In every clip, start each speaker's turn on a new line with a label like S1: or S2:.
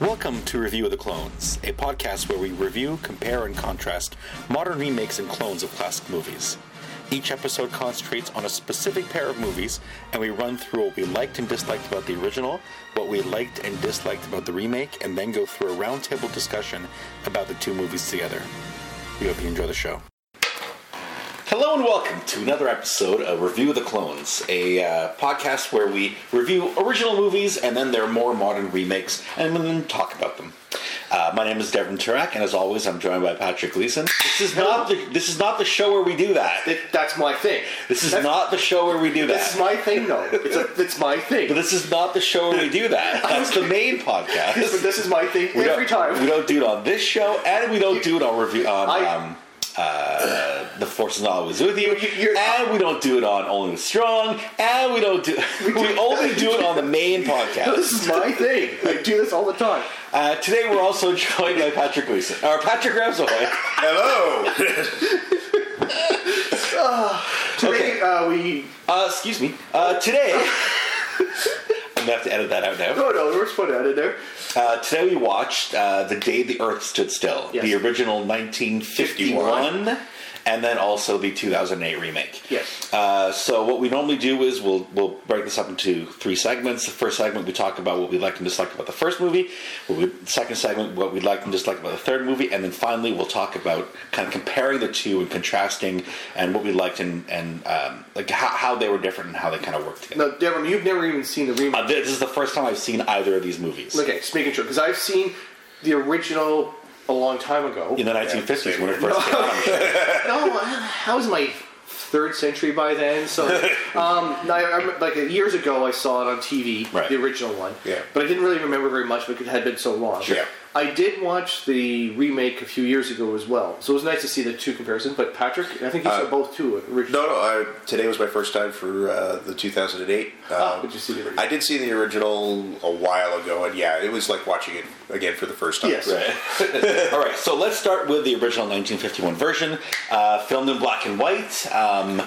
S1: Welcome to Review of the Clones, a podcast where we review, compare, and contrast modern remakes and clones of classic movies. Each episode concentrates on a specific pair of movies, and we run through what we liked and disliked about the original, what we liked and disliked about the remake, and then go through a roundtable discussion about the two movies together. We hope you enjoy the show. Hello and welcome to another episode of Review of the Clones, a uh, podcast where we review original movies and then their more modern remakes and then talk about them. Uh, my name is Devin Turek, and as always, I'm joined by Patrick Gleason. This is not the this is not the show where we do that.
S2: It, that's my thing.
S1: This is
S2: That's-
S1: not the show where we do
S2: This is
S1: that.
S2: my thing, though. It's, a, it's my
S1: But
S2: thing.
S1: this is not the show where we do that. That's the main
S2: But
S1: podcast.
S2: this is my thing
S1: We don't-
S2: every
S1: we
S2: time.
S1: don't do it on this show, and we don't do it on review on.
S2: I-
S1: um, uh, the force is always with you,
S2: You- you're-
S1: and we don't do it on only the strong, and we don't do we, only do it on the main podcast.
S2: This is my thing. I do this all the time.
S1: Uh, today we're also joined by Patrick Gleason or Patrick Ramsoy.
S3: Hello.
S2: Today, uh, we.
S1: Uh, excuse me. Uh, today I'm gonna have to edit that out now.
S2: No, no, we're just putting that in there.
S1: Uh, today we watched uh, The Day the Earth Stood Still,
S2: Yes.
S1: the original 1951, and then also the 2008 remake.
S2: Yes.
S1: Uh, so what we normally do is we'll we'll break this up into three segments. The first segment we talk about what we liked and disliked about the first movie. What we, the second segment what we liked and disliked about the third movie, and then finally we'll talk about kind of comparing the two and contrasting and what we liked and and um, like how, how they were different and how they kind of worked together.
S2: No, Devon, you've never even seen the remake.
S1: Uh, this is the first time I've seen either of these movies.
S2: okay, just making sure. Because I've seen the original a long time ago.
S1: in the 1950s when it first came out.
S2: no, Oh, I was in my third century by then. So, um, I, I, rem- like years ago, I saw it on TV,
S1: Right.
S2: the original one.
S3: Yeah.
S2: But I didn't really remember very much because it had been so long.
S3: Sure.
S2: I did watch the remake a few years ago as well, so it was nice to see the two comparisons. But Patrick, I think you saw both too originally.
S3: Uh, No, no. I, today was my first time for uh, the 2008.
S2: Ah,
S3: Uh,
S2: did you see the original?
S3: I did see the original a while ago, and yeah, it was like watching it again for the first time.
S2: Yes.
S1: Right. All right, so let's start with the original 1951 version, uh, filmed in black and white. Um,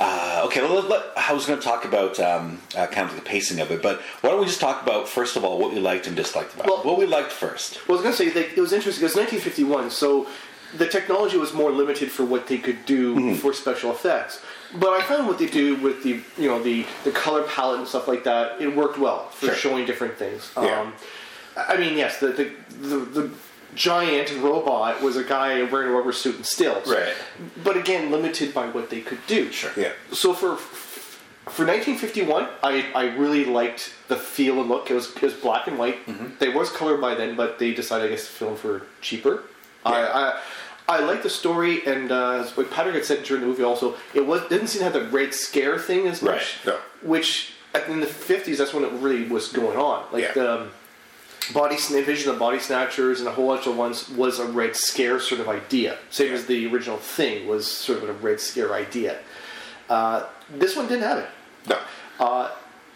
S1: uh, okay, well, let- let- I was going to talk about um, uh, kind of the pacing of it, but why don't we just talk about, first of all, what we liked and disliked about
S2: Well-
S1: it? What we liked first.
S2: Well, I was going to say like, it was interesting because 1951, so the technology was more limited for what they could do for special effects. But I found what they do with the you know the the color palette and stuff like that, it worked well for
S1: Sure.
S2: showing different things.
S3: Yeah.
S2: Um, I I mean, yes, the the, the the giant robot was a guy wearing a rubber suit and stills,
S1: Right.
S2: But again, limited by what they could do. Sure.
S3: Yeah.
S2: So for for 1951, I, I really liked the feel and look. It was it was black and white. There was color by then, but they decided I guess to film for cheaper. I, I I liked the story, and uh, as what Patrick had said during the movie also, it was didn't seem to have the Red Scare thing as
S1: Right,
S2: much.
S3: no.
S2: Which at- in the 50s, that's when it really was going on. Like
S3: Yeah.
S2: the um, body sn- invasion of body snatchers and a whole bunch of ones was a Red Scare sort of idea. Same as the original thing was sort of a Red Scare idea. Uh, this one didn't have it.
S3: No.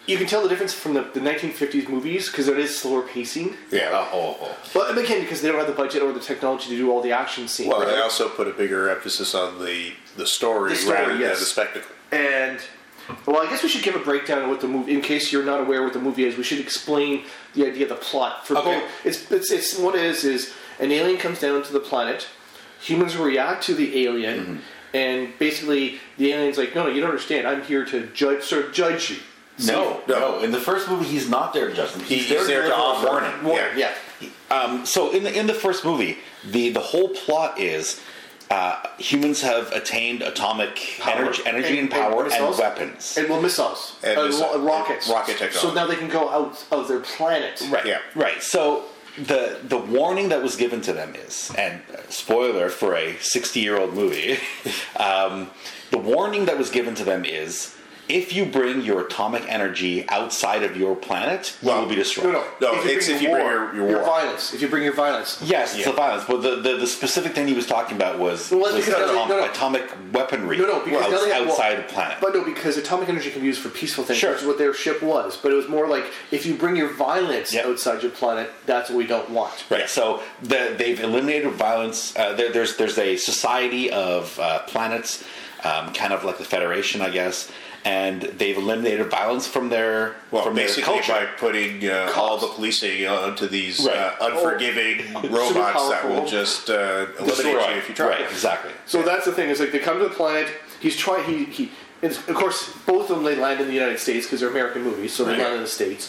S2: You can tell the difference from the, the 1950s movies because it is slower pacing.
S3: Yeah.
S1: oh, oh.
S2: But again, because they don't have the budget or the technology to do all the action scenes.
S3: Well, they also put a bigger emphasis on the the story,
S2: The story,
S3: rather
S2: yes.
S3: than the spectacle.
S2: And well, I guess we should give a breakdown of what the movie. In case you're not aware what the movie is, we should explain the idea of the plot for
S1: Okay.
S2: both. It's, it's it's what it is is an alien comes down to the planet. Humans react to the alien,
S3: Mm-hmm.
S2: and basically the alien's like, "No, no, you don't understand. I'm here to judge, sort of judge you."
S1: No, no, In the first movie, he's not there to judge them. He's, there, to offer a warning.
S2: Warning, yeah.
S1: Um, so in the in the first movie, the the whole plot is uh, humans have attained atomic
S2: Power.
S1: energy, energy and, power and,
S2: missiles.
S1: weapons.
S2: And well, missiles.
S3: And
S2: Uh,
S3: missile-
S2: ro- rockets.
S3: rocket
S2: So
S3: technology.
S2: now they can go out of their planet.
S1: Right.
S3: Yeah.
S1: Right. So the the warning that was given to them is, and uh, spoiler for a sixty year old movie, um, the warning that was given to them is. If you bring your atomic energy outside of your planet, you
S3: Well,
S1: will be destroyed.
S2: No, no.
S3: No, it's if you bring your- your war.
S2: violence. If you bring your violence.
S1: Yes, it's
S3: Yeah.
S1: the violence. But the, the, the specific thing he was talking about was,
S2: Well,
S1: was
S2: that's because-
S1: atom-
S2: no, no.
S1: atomic weaponry
S2: No, no, because
S1: outs-
S2: now they have-
S1: outside the planet.
S2: But no, because atomic energy can be used for peaceful things,
S1: Sure.
S2: which is what their ship was. But it was more like if you bring your violence
S1: Yeah.
S2: outside your planet, that's what we don't want.
S1: Right. So the, they've eliminated violence. Uh, there, there's there's a society of uh, planets, um, kind of like the Federation, I guess, and they've eliminated violence from their
S4: Well,
S1: from their
S4: basically
S1: culture.
S4: by putting uh, all the policing onto these
S1: Right.
S4: uh, unforgiving
S2: Oh,
S4: robots that will
S2: powerful.
S4: just uh, eliminate
S1: Destroy.
S4: you if you try.
S1: Right, exactly.
S2: So that's the thing is like they come to the planet. He's trying. He he. It's, of course, both of them they land in the United States because they're American movies, so they
S4: Right.
S2: land in the states.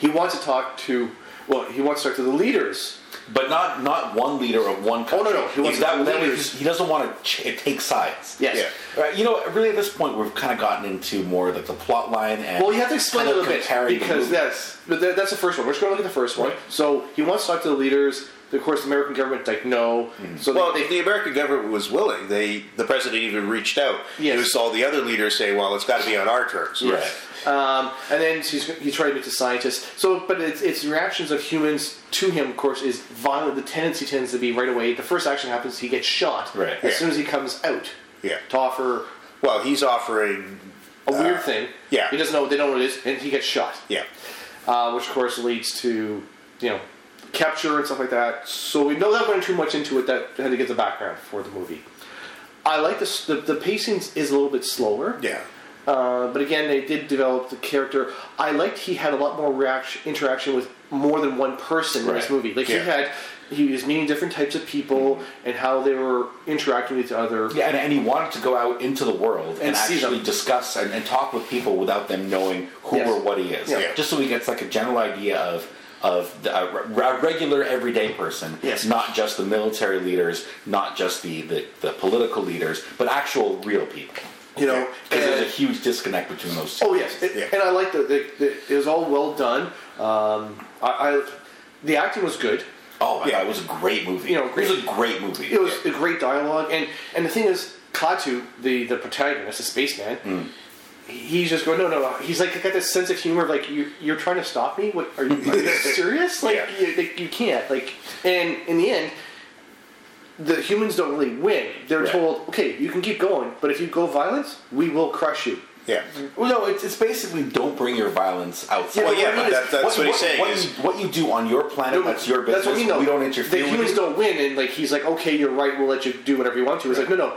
S2: He wants to talk to. Well, he wants to talk to the leaders.
S1: But not not one leader of one country.
S2: Oh, no, he wants
S1: He's that,
S2: the
S1: that way
S2: leaders.
S1: he doesn't want to ch- take sides.
S2: Yes.
S4: Yeah.
S1: Right, you know, really at this point we've kind of gotten into more like the plot line and
S2: Well, you have to explain
S1: kind
S2: a
S1: of
S2: little bit
S1: comparing the
S2: because
S1: movie.
S2: that's but that, that's the first one. We're just going to look at the first one.
S1: Right.
S2: So he wants to talk to the leaders. Of course, the American government's like no. So
S4: Well,
S2: Mm-hmm. they,
S4: if the American government was willing, they the president even reached out.
S2: Yes.
S4: It was all the other leaders say, "Well, it's got to be on our terms."
S1: Right.
S2: Um, and then he's, he's trying to meet the scientists. So, but it's, it's reactions of humans to him, of course, is violent. The tendency tends to be right away. The first action happens, he gets shot
S1: Right.
S2: as
S4: Yeah.
S2: soon as he comes out
S4: Yeah.
S2: to offer
S4: Well, he's offering.
S2: a weird
S4: Uh,
S2: thing.
S4: yeah.
S2: he doesn't know. They don't know what it is, and he gets shot,
S4: Yeah.
S2: uh, which of course leads to you know capture and stuff like that. So we know that went too much into it. That had to get the background for the movie. I like this. The, the pacing is a little bit slower.
S4: Yeah.
S2: Uh, but again, they did develop the character. I liked he had a lot more reaction, interaction with more than one person in this
S1: Right.
S2: movie. Like
S4: Yeah.
S2: he had, he was meeting different types of people and how they were interacting with each other.
S1: Mm-hmm. Yeah, and, and he wanted to go out into the world and,
S2: And see
S1: actually
S2: them.
S1: discuss and, and talk with people without them knowing who
S2: Yes.
S1: or what he is.
S2: Yeah.
S1: Just so he gets like a general idea of of the, a, re- a regular everyday person.
S2: Yes.
S1: Not just the military leaders, not just the, the, the political leaders, but actual real people.
S2: You know,
S1: Because there's a
S2: and-
S1: huge disconnect between those two.
S2: Oh yes, It-
S4: Yeah.
S2: and I liked the, the, the it was all well done. Um, I, I the acting was good.
S1: Oh, my
S4: Yeah.
S1: God, it was a great movie.
S2: You know,
S1: it was a great movie.
S2: It was a great dialogue, and and the thing is, Klaatu, the the protagonist, the spaceman.
S1: Hmm.
S2: He's just going no, no, no. He's like got this sense of humor of like you, you're trying to stop me. What are you, are you serious? Like,
S4: Yeah.
S2: you, like you can't. Like, and in the end, the humans don't really win. They're
S1: Right.
S2: told, okay, you can keep going, but if you go violent, we will crush you.
S4: Yeah.
S1: Well, no, it's, it's basically don't bring your violence outside.
S4: Well, yeah,
S1: it
S4: but
S1: is-
S4: that- that's what he's saying
S1: What,
S4: is-
S1: you, what you do on your planet, that's your business.
S2: That's what you know.
S1: We don't interfere.
S2: The
S1: with
S2: humans
S1: it.
S2: don't win, and like he's like, okay, you're right. We'll let you do whatever you want to. He's like, no, no.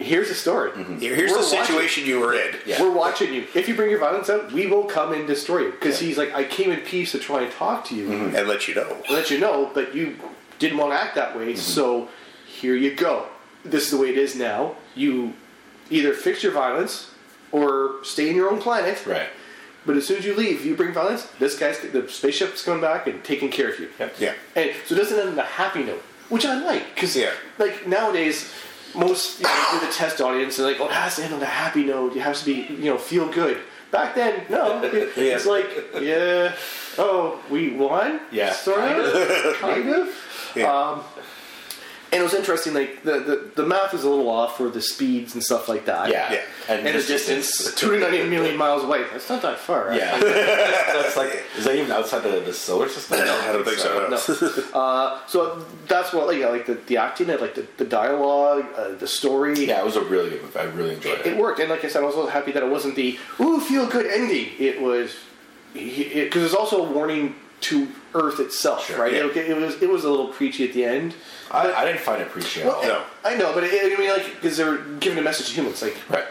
S2: Here's the story.
S1: Mm-hmm.
S4: Here's
S2: We're
S4: the
S2: watching-
S4: situation you were in.
S1: Yeah.
S2: We're watching you. If you bring your violence out, we will come and destroy you. Because he's like, I came in peace to try and talk to you,
S1: Mm-hmm.
S4: And let you know.
S2: let you know, but you didn't want to act that way.
S1: Mm-hmm.
S2: So here you go. This is the way it is now. You either fix your violence or stay in your own planet.
S1: Right.
S2: But as soon as you leave, you bring violence. This guy's the spaceship's coming back and taking care of you.
S4: Yeah.
S2: And so it doesn't end on a happy note, which I like because
S4: Yeah.
S2: like nowadays. Most you know, with a test audience, they're like, "Oh, it has to end on a happy note. You have to be, you know, feel good." Back then, no, It-
S4: Yeah.
S2: it's like, yeah, oh, we won,
S1: Yeah.
S2: sort of, kind of. Um,
S4: Yeah.
S2: And it was interesting, like the, the the math is a little off for the speeds and stuff like that.
S1: Yeah.
S4: Yeah.
S2: and, the distance, two hundred ninety million miles away. That's not that far. right?
S1: Yeah. that's like, is that even outside the, the solar system?
S4: I don't think so. no.
S2: Uh, So that's what, like, I like the, the acting, I like the, the dialogue, uh, the story.
S1: Yeah, it was a really good movie. I really enjoyed it.
S2: it worked. And like I said, I was also happy that it wasn't the ooh feel good ending. It was because it's also a warning to Earth itself,
S1: Sure,
S2: right?
S4: yeah.
S2: It, it was it was a little preachy at the end.
S1: I, I didn't find it preachy at all.
S2: Well,
S4: Oh, No.
S2: I know, but it, I mean, like, because they're giving a message to humans, like,
S1: Right.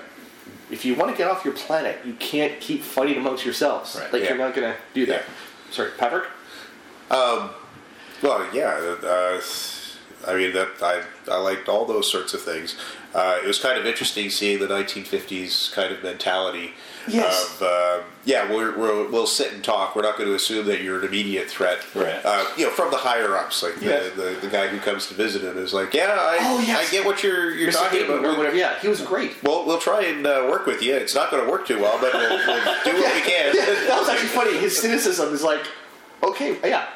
S2: if you want to get off your planet, you can't keep fighting amongst yourselves.
S1: Right,
S2: Like,
S4: yeah.
S2: you're not gonna do that. Sorry, Patrick.
S4: Well, yeah, uh, I mean that I I liked all those sorts of things. Uh, it was kind of interesting seeing the 1950s kind of mentality.
S2: Yes.
S4: Of, uh, yeah, we're, we're, we'll sit and talk. We're not going to assume that you're an immediate threat.
S1: Right.
S4: Uh, you know, from the higher ups, like the,
S2: Yes.
S4: the, the guy who comes to visit him is like, yeah, I,
S2: Oh, yes.
S4: I get what you're you're
S2: Mr.
S4: talking
S2: Hayden
S4: about.
S2: or whatever. Yeah, he was great.
S4: Well, we'll try and uh, work with you. It's not going to work too well, but we'll, we'll do what we can.
S2: that was actually funny. His cynicism is like, okay, yeah,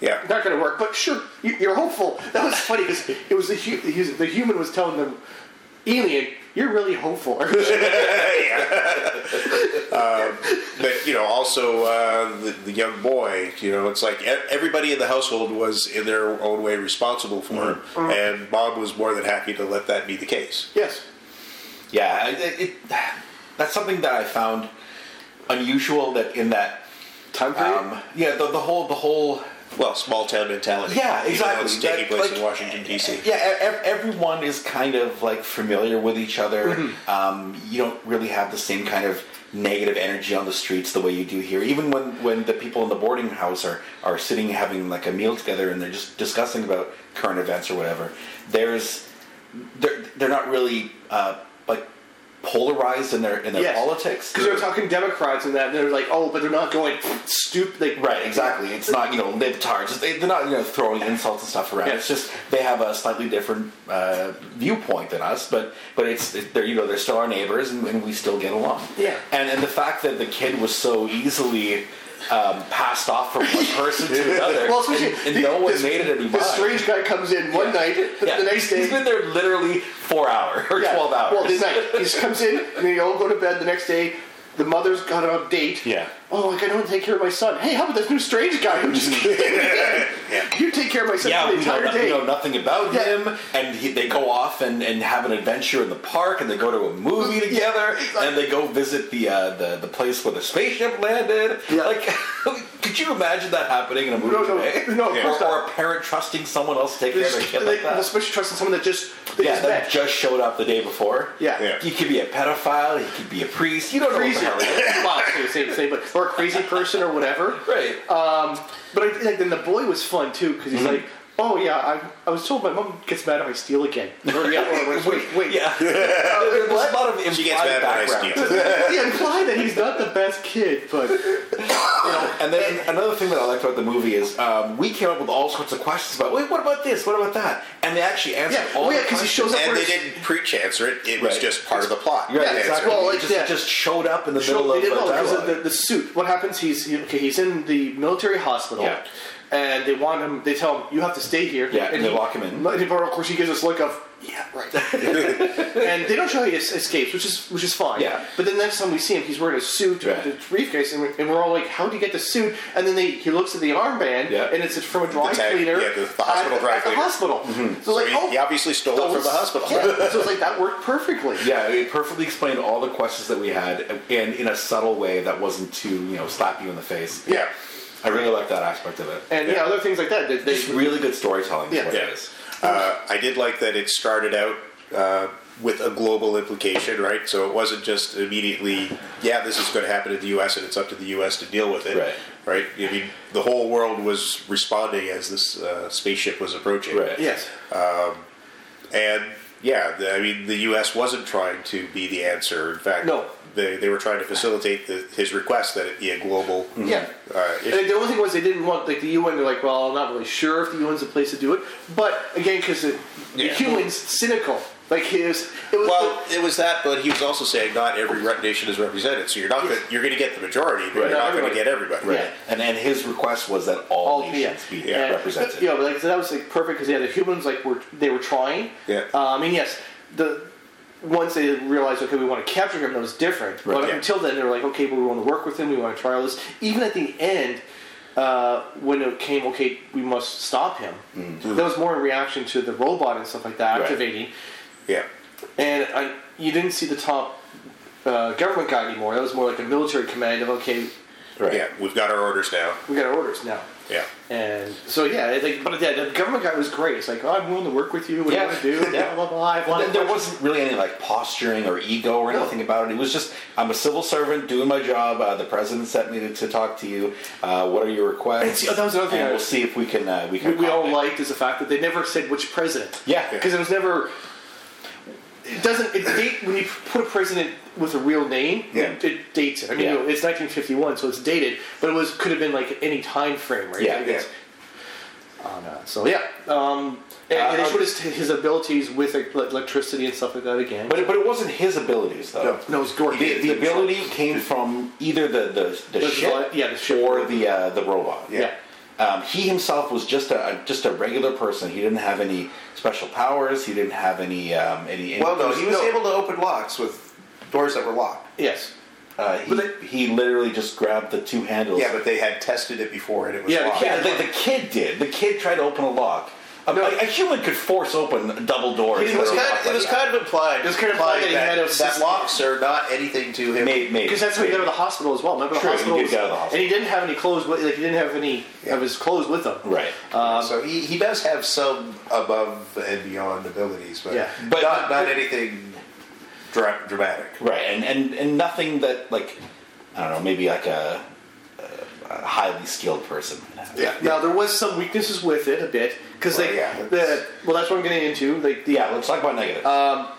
S4: Yeah.
S2: not going to work, but sure, you- you're hopeful. That was funny because it was the, hu- he was- the human was telling them, alien, you're really hopeful.
S4: Um, But you know, also uh, the, the young boy. You know, it's like e- everybody in the household was in their own way responsible for
S1: Mm-hmm.
S4: him, and mom was more than happy to let that be the case.
S2: yes.
S1: Yeah, I- it, it, that's something that I found unusual. That in that
S2: Time period. Um,
S1: Um, yeah, the, the whole the whole
S3: well, small town mentality.
S1: Yeah,
S3: even though
S1: exactly.
S3: It's taking
S1: That,
S3: place
S1: like,
S3: in Washington D.C.
S1: Yeah, e- ev- everyone is kind of like familiar with each other.
S2: Mm-hmm.
S1: Um, you don't really have the same kind of negative energy on the streets the way you do here. Even when, when the people in the boarding house are, are sitting having like a meal together and they're just discussing about current events or whatever, there's they're they're not really uh, like polarized in their in their
S2: Yes.
S1: politics.
S2: Because they're talking Democrats and that, and they're like, oh, but they're not going stupid. Like,
S1: Right, exactly. It's not you know libtards. They, they're not you know throwing insults and stuff around.
S2: Yeah.
S1: It's just they have a slightly different uh, viewpoint than us, but but it's they're you know they're still our neighbors and, and we still get along.
S2: Yeah.
S1: And and the fact that the kid was so easily um, passed off from one person to another,
S2: Well,
S1: and,
S2: especially
S1: and
S2: the-
S1: no one
S2: this-
S1: made it any
S2: The
S1: mind.
S2: strange guy comes in one night, the,
S1: Yeah.
S2: the next day.
S1: he's been there literally four hours or
S2: yeah,
S1: twelve hours.
S2: Well, this night. He just comes in, and they all go to bed the next day. The mother's got an date.
S1: Yeah.
S2: Oh, like I don't take care of my son. Hey, how about this new strange guy who just came in? You take care of my son
S1: Yeah,
S2: for the
S1: we know,
S2: entire
S1: no-
S2: day.
S1: we know nothing about
S2: Yeah.
S1: him, and he, they go off and, and have an adventure in the park, and they go to a movie together, and they go visit the uh, the, the place where the spaceship landed.
S2: Yeah.
S1: Like, could you imagine that happening in a movie
S2: No, no,
S1: today?
S2: no, of
S1: Or-
S2: course
S1: or,
S2: not.
S1: a parent trusting someone else to take care of their
S2: Just-
S1: kid like,
S2: like,
S1: that.
S2: especially trusting someone that just they
S1: yeah,
S2: just
S1: that
S2: met.
S1: just showed up the day before.
S2: Yeah.
S3: Yeah.
S1: He could be a pedophile, he could be a priest, you don't
S2: crazy.
S1: know what the hell he is.
S2: well, it's the same thing, but or a crazy person or whatever.
S1: Right.
S2: Uh, But I, like, then the boy was fun too because
S1: Mm-hmm.
S2: he's like, "Oh yeah, I, I was told my mom gets mad if I steal again." Or, yeah, or, wait, wait.
S1: yeah. There's a lot of implied
S3: She gets mad when I
S1: background.
S3: steal.
S2: They imply that he's not the best kid, but
S1: And then another thing that I liked about the movie is um, we came up with all sorts of questions about, wait, what about this? What about that? And they actually answered
S2: yeah,
S1: all
S2: oh
S1: the
S2: yeah, because he
S1: questions.
S2: shows up.
S3: And
S2: where
S3: they
S2: it's-
S3: didn't pre-answer it. It was
S1: Right.
S3: just part of the plot.
S1: Right,
S2: Yeah,
S1: exactly.
S2: well,
S1: He
S2: like,
S1: just,
S2: yeah.
S1: just showed up in the
S2: Show-
S1: middle
S2: they
S1: of
S2: didn't
S1: a
S2: know because
S1: dialogue.
S2: of the, the suit. What happens? He's he, okay. He's in the military hospital,
S1: Yeah.
S2: and they want him. They tell him you have to stay here.
S1: Yeah, and they
S2: he-
S1: lock him in.
S2: And he- of course, he gives this look of yeah, right. and they don't show he es- escapes, which is which is fine.
S1: Yeah.
S2: But then next time we see him, he's wearing a suit
S1: Right.
S2: with a briefcase, and we're, and we're all like, "How would you get the suit?" And then they, he looks at the armband,
S1: Yeah.
S2: and it's from a dry
S3: The tag-
S2: cleaner.
S3: yeah, the- the hospital
S2: at,
S3: dry
S2: at the
S3: cleaner.
S2: hospital. So,
S3: So
S2: like,
S3: he,
S2: oh,
S3: he obviously stole it from the hospital.
S2: Yeah. so it's like that worked perfectly.
S1: yeah, it perfectly explained all the questions that we had and in a subtle way that wasn't too, you know, slap you in the face.
S3: Yeah.
S1: I really like that aspect of it.
S2: And yeah. other things like that. They, they,
S1: It's really good storytelling.
S2: Yeah.
S1: is what
S3: Yeah.
S1: it is.
S3: Uh, I did like that it started out uh, with a global implication, right? So it wasn't just immediately, yeah, this is going to happen in the U.S. and it's up to the U.S. to deal with it,
S1: Right.
S3: Right? I mean, the whole world was responding as this uh, spaceship was approaching,
S1: Right.
S2: yes.
S3: And yeah, the, I mean, the U.S. wasn't trying to be the answer. In fact,
S2: No.
S3: they they were trying to facilitate the, his request that it be a global,
S2: Yeah.
S3: uh,
S2: And
S3: issue.
S2: the only thing was they didn't want like the UN. They're like, well, I'm not really sure if the E UN's the place to do it. But again, because the
S3: Yeah.
S2: humans cynical. Like his, it was
S3: Well, it was that, but he was also saying not every re- nation is represented. So you're not
S2: Yes.
S3: gonna, you're going to get the majority, but
S1: Right.
S3: you're not
S2: Not
S3: going to get everybody.
S1: Right.
S2: Yeah.
S1: And and his request was that all,
S2: All-
S1: nations
S2: yeah.
S1: be
S3: Yeah.
S1: represented.
S2: You know, but like I said, that was like perfect because yeah, the humans like were they were trying.
S3: Yeah.
S2: Uh, I mean, yes, the once they realized okay, we want to capture him, that was different.
S1: Right.
S2: But
S3: Yeah.
S2: until then, they were like okay, but we want to work with him. We want to try all this. Even at the end, uh, when it came okay, we must stop him.
S3: Mm-hmm.
S2: That was more in reaction to the robot and stuff like that
S1: Right.
S2: activating.
S3: Yeah.
S2: And I, you didn't see the top uh, government guy anymore. That was more like a military command of okay,
S1: Right.
S3: Yeah, we've got our orders now.
S2: we got our orders now.
S3: Yeah.
S2: And so yeah, it's like, but yeah, the government guy was great. It's like, oh, I'm willing to work with you. What
S1: Yeah.
S2: do you want to do?
S1: Yeah.
S2: Blah blah blah. I want
S1: There- there wasn't really any like posturing or ego or
S2: No.
S1: anything about it. It was just I'm a civil servant doing my job. Uh, the president sent me to, to talk to you. Uh, what are your requests?
S2: And see, that was another thing
S1: And
S2: I-
S1: we'll see if we can uh, we
S2: we,
S1: can.
S2: we all
S1: accommodate.
S2: liked is the fact that they never said which president.
S1: Yeah.
S2: because it was never. It doesn't. It date when you put a president with a real name.
S1: Yeah.
S2: It, it dates it. I mean,
S1: Yeah.
S2: you know, it's 1951, so it's dated, but it was could have been like any time frame, right?
S1: Yeah,
S2: Like, it's- on, uh, so yeah, um, and,
S1: Uh,
S2: and they
S1: um,
S2: showed his, his abilities with like, electricity and stuff like that again.
S1: But it, but it wasn't his abilities though.
S2: no, it was Gordon.
S1: The, the ability came from either the the, the,
S2: The-
S1: ship,
S2: yeah, the ship.
S1: or the uh, the robot.
S2: Yeah.
S1: Um, he himself was just a, a just a regular person. He didn't have any special powers. He didn't have any um, any.
S4: Well, no, he was
S2: No.
S4: able to open locks with doors that were locked.
S2: Yes.
S1: Uh, he,
S2: But
S1: he literally just grabbed the two handles.
S3: Yeah, but they had tested it before and it was
S2: Yeah,
S3: locked.
S2: they
S1: Yeah, the, the kid did. The kid tried to open a lock, A,
S2: No.
S1: a, a human could force open double doors.
S2: He
S1: that
S4: It was
S1: are
S4: kind
S1: locked
S4: of, it
S1: like
S4: was
S1: that.
S4: kind of implied.
S2: It was kind of implied that he had a
S4: that
S2: system.
S4: locks are not anything to him.
S1: Maybe, maybe.
S2: Because that's how he got out of the hospital as well. Remember the
S1: True, he
S2: hospital?
S1: did
S2: was-
S1: get out of the hospital.
S2: And he didn't have any clothes. With, like he didn't have any
S4: Yeah.
S2: of his clothes with him.
S1: Right.
S4: Um, so he, he does have some above and beyond abilities, but,
S2: Yeah.
S1: But-
S4: not not anything dra- dramatic.
S1: Right, and, and and nothing that like I don't know, maybe like a, a, a highly skilled person. would have.
S4: Yeah.
S2: Now there was some weaknesses with it a bit because
S4: Well,
S2: they
S4: yeah,
S2: the
S4: that's-
S2: well that's what I'm getting into like the
S1: yeah. Let's talk about negatives.
S4: Uh,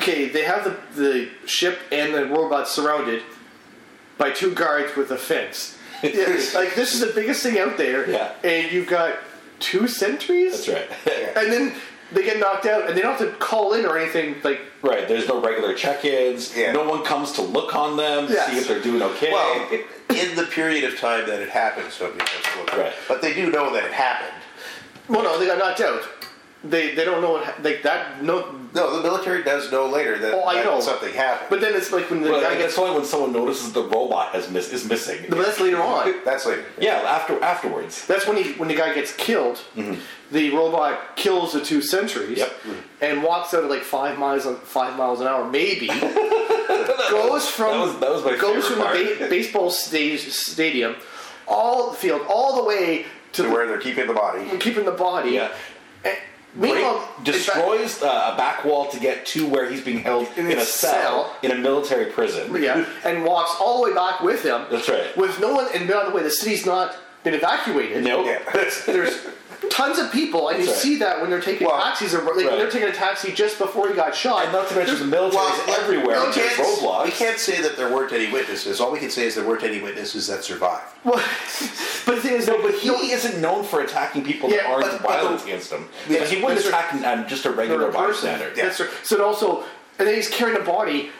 S2: okay they have the the ship and the robot surrounded by two guards with a fence. Yeah, like this is the biggest thing out there.
S1: Yeah.
S2: And you've got two sentries.
S1: that's right.
S2: And then they get knocked out, and they don't have to call in or anything. Like
S1: right. There's no regular check-ins.
S4: Yeah.
S1: No one comes to look on them, to
S2: Yes.
S1: see if they're doing okay.
S4: Well, in the period of time that it happened, so it becomes a little-
S1: Right.
S4: But they do know that it happened.
S2: Well, no, they got knocked out. They they don't know what hap- like that. No,
S4: No, the military does know later that,
S2: Oh, I
S4: that
S2: know.
S4: something happened.
S2: but then it's like when the
S1: Well,
S2: guy
S1: like,
S2: gets.
S1: it's only when someone notices the robot has miss is missing.
S2: But that's later on.
S4: that's later.
S1: Yeah, after afterwards.
S2: That's when he when the guy gets killed. The robot kills the two sentries
S1: Mm-hmm. Yep.
S2: and walks out at like five miles on five miles an hour, maybe. goes from
S1: that was- that was my
S2: goes
S1: favorite
S2: from the
S1: part.
S2: ba- baseball stage, stadium, all the field, all the way to,
S4: To
S2: the,
S4: where they're keeping the body.
S2: keeping the body.
S1: Yeah.
S2: And meanwhile,
S1: Break-
S2: in fact-
S1: destroys uh, a back wall to get to where he's being held
S2: In
S1: in,
S2: his
S1: a cell,
S2: cell.
S1: in a military prison.
S2: Yeah, and walks all the way back with him.
S1: That's right.
S2: With no one, and by the way, the city's not been evacuated.
S1: Nope.
S4: Yeah.
S2: There's tons of people, and you
S1: That's right.
S2: see that when they're taking
S4: Well,
S2: taxis, or like when
S1: right.
S2: they're taking a taxi just before he got shot.
S1: And not to mention the military
S4: Well,
S1: is everywhere.
S4: We
S1: with their
S4: can't,
S1: roadblocks.
S4: we can't say that there weren't any witnesses. All we can say is there weren't any witnesses that survived.
S2: Well, but the thing is,
S1: No, but he isn't known for attacking people that
S2: Yeah,
S1: aren't
S2: but-
S4: but
S1: violent
S4: the-
S1: against him.
S4: Yeah,
S1: Like, he wouldn't
S2: that's right.
S1: attack um, just a regular
S2: another person.
S1: bystander.
S4: Yeah.
S2: That's right. So it also, and then he's carrying a body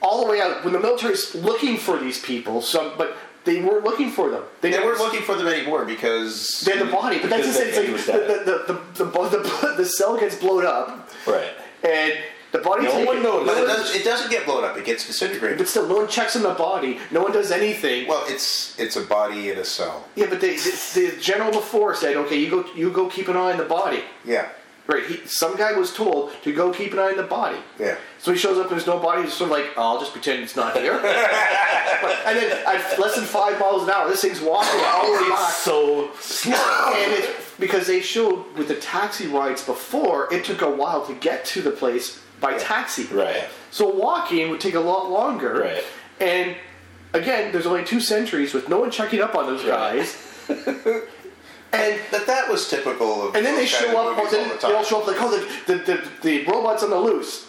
S2: all the way out when the military's looking for these people. Some, but they weren't looking for them.
S4: They
S2: never-
S4: weren't looking for them anymore because
S2: They had the body, but that's
S1: Because
S2: just it.
S1: they-
S2: It's
S1: they
S2: like
S1: was
S2: the the, the, the, bo- the, the, cell gets blown up,
S1: Right.
S2: and the body.
S1: No
S2: taken-
S1: one knows.
S4: But it,
S2: one-
S4: does, it doesn't get blown up. It gets disintegrated.
S2: But still, no one checks on the body. No one does anything.
S4: Well, it's it's a body in a cell.
S2: yeah, but they, the, the general before said, "Okay, you go, you go keep an eye on the body."
S4: Yeah,
S2: Right? He, some guy was told to go keep an eye on the body.
S4: yeah.
S2: So he shows up and there's no body. He's sort of like, oh, "I'll just pretend it's not here." and then at less than five miles an hour, this thing's walking all the way back.
S1: It's so slow.
S2: And it, because they showed with the taxi rides before, it took a while to get to the place by taxi.
S1: Right.
S2: So walking would take a lot longer.
S1: Right.
S2: And again, there's only two sentries with no one checking up on those
S1: Right.
S2: guys. and
S4: But that was typical of.
S2: and then they
S4: those kind
S2: show
S4: of
S2: up.
S4: movies
S2: then
S4: all the
S2: they all
S4: time.
S2: show up like, oh, the the, the the robots on the loose.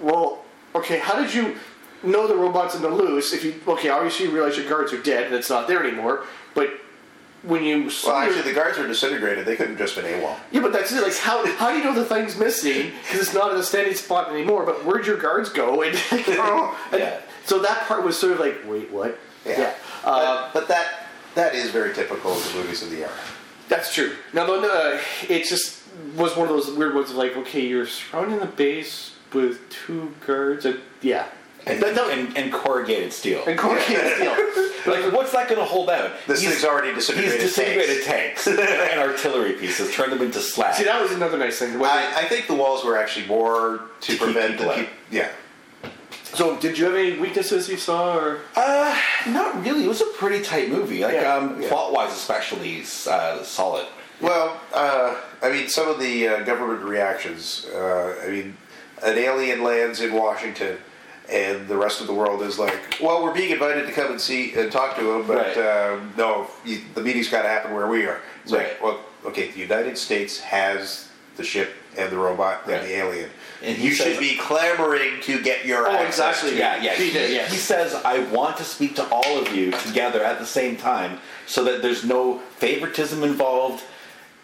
S2: Well, okay. How did you know the robots on the loose? If you okay, obviously you realize your guards are dead and it's not there anymore. But when you saw
S4: Well,
S2: your-
S4: actually, the guards were disintegrated. They couldn't just been AWOL.
S2: Yeah, but that's it. Like, how how do you know the thing's missing? Because it's not in a standing spot anymore. But where'd your guards go? And, and
S1: Yeah.
S2: so that part was sort of like, wait, what?
S4: Yeah.
S2: Uh,
S4: but, but that that is very typical of the movies of the era.
S2: that's true. Now, the, uh, it just was one of those weird ones. Of like, okay, you're surrounding the base with two guards. And, yeah.
S1: And,
S2: That- that-
S1: and, and corrugated steel.
S2: and corrugated steel.
S1: like, what's that going to hold out?
S4: This
S1: he's,
S4: thing's already
S1: he's
S4: disintegrated.
S1: disintegrated tanks, and artillery pieces, turned them into slabs.
S2: See, that was another nice thing.
S4: I, I think the walls were actually more to,
S1: keep
S4: prevent
S1: people
S4: the
S1: out.
S4: peop- Yeah.
S2: so, did you have any weaknesses you saw? Or
S1: Uh, not really. It was a pretty tight movie. Like,
S2: Yeah.
S1: um,
S4: Yeah.
S1: plot-wise especially, s- uh, solid.
S4: Well, uh, I mean, some of the uh, government reactions. Uh, I mean, an alien lands in Washington, and the rest of the world is like, "Well, we're being invited to come and see and talk to him, but
S1: Right.
S4: uh, no, you, the meeting's got to happen where we are." It's
S1: Right.
S4: like, well, okay, the United States has the ship and the robot and
S1: Right.
S4: the alien.
S1: And he
S4: you
S1: says-
S4: should be clamoring to get your
S2: Oh,
S4: access
S2: exactly.
S4: to it.
S1: Yeah, yeah.
S2: He did, yes.
S1: he says, I want to speak to all of you together at the same time so that there's no favoritism involved.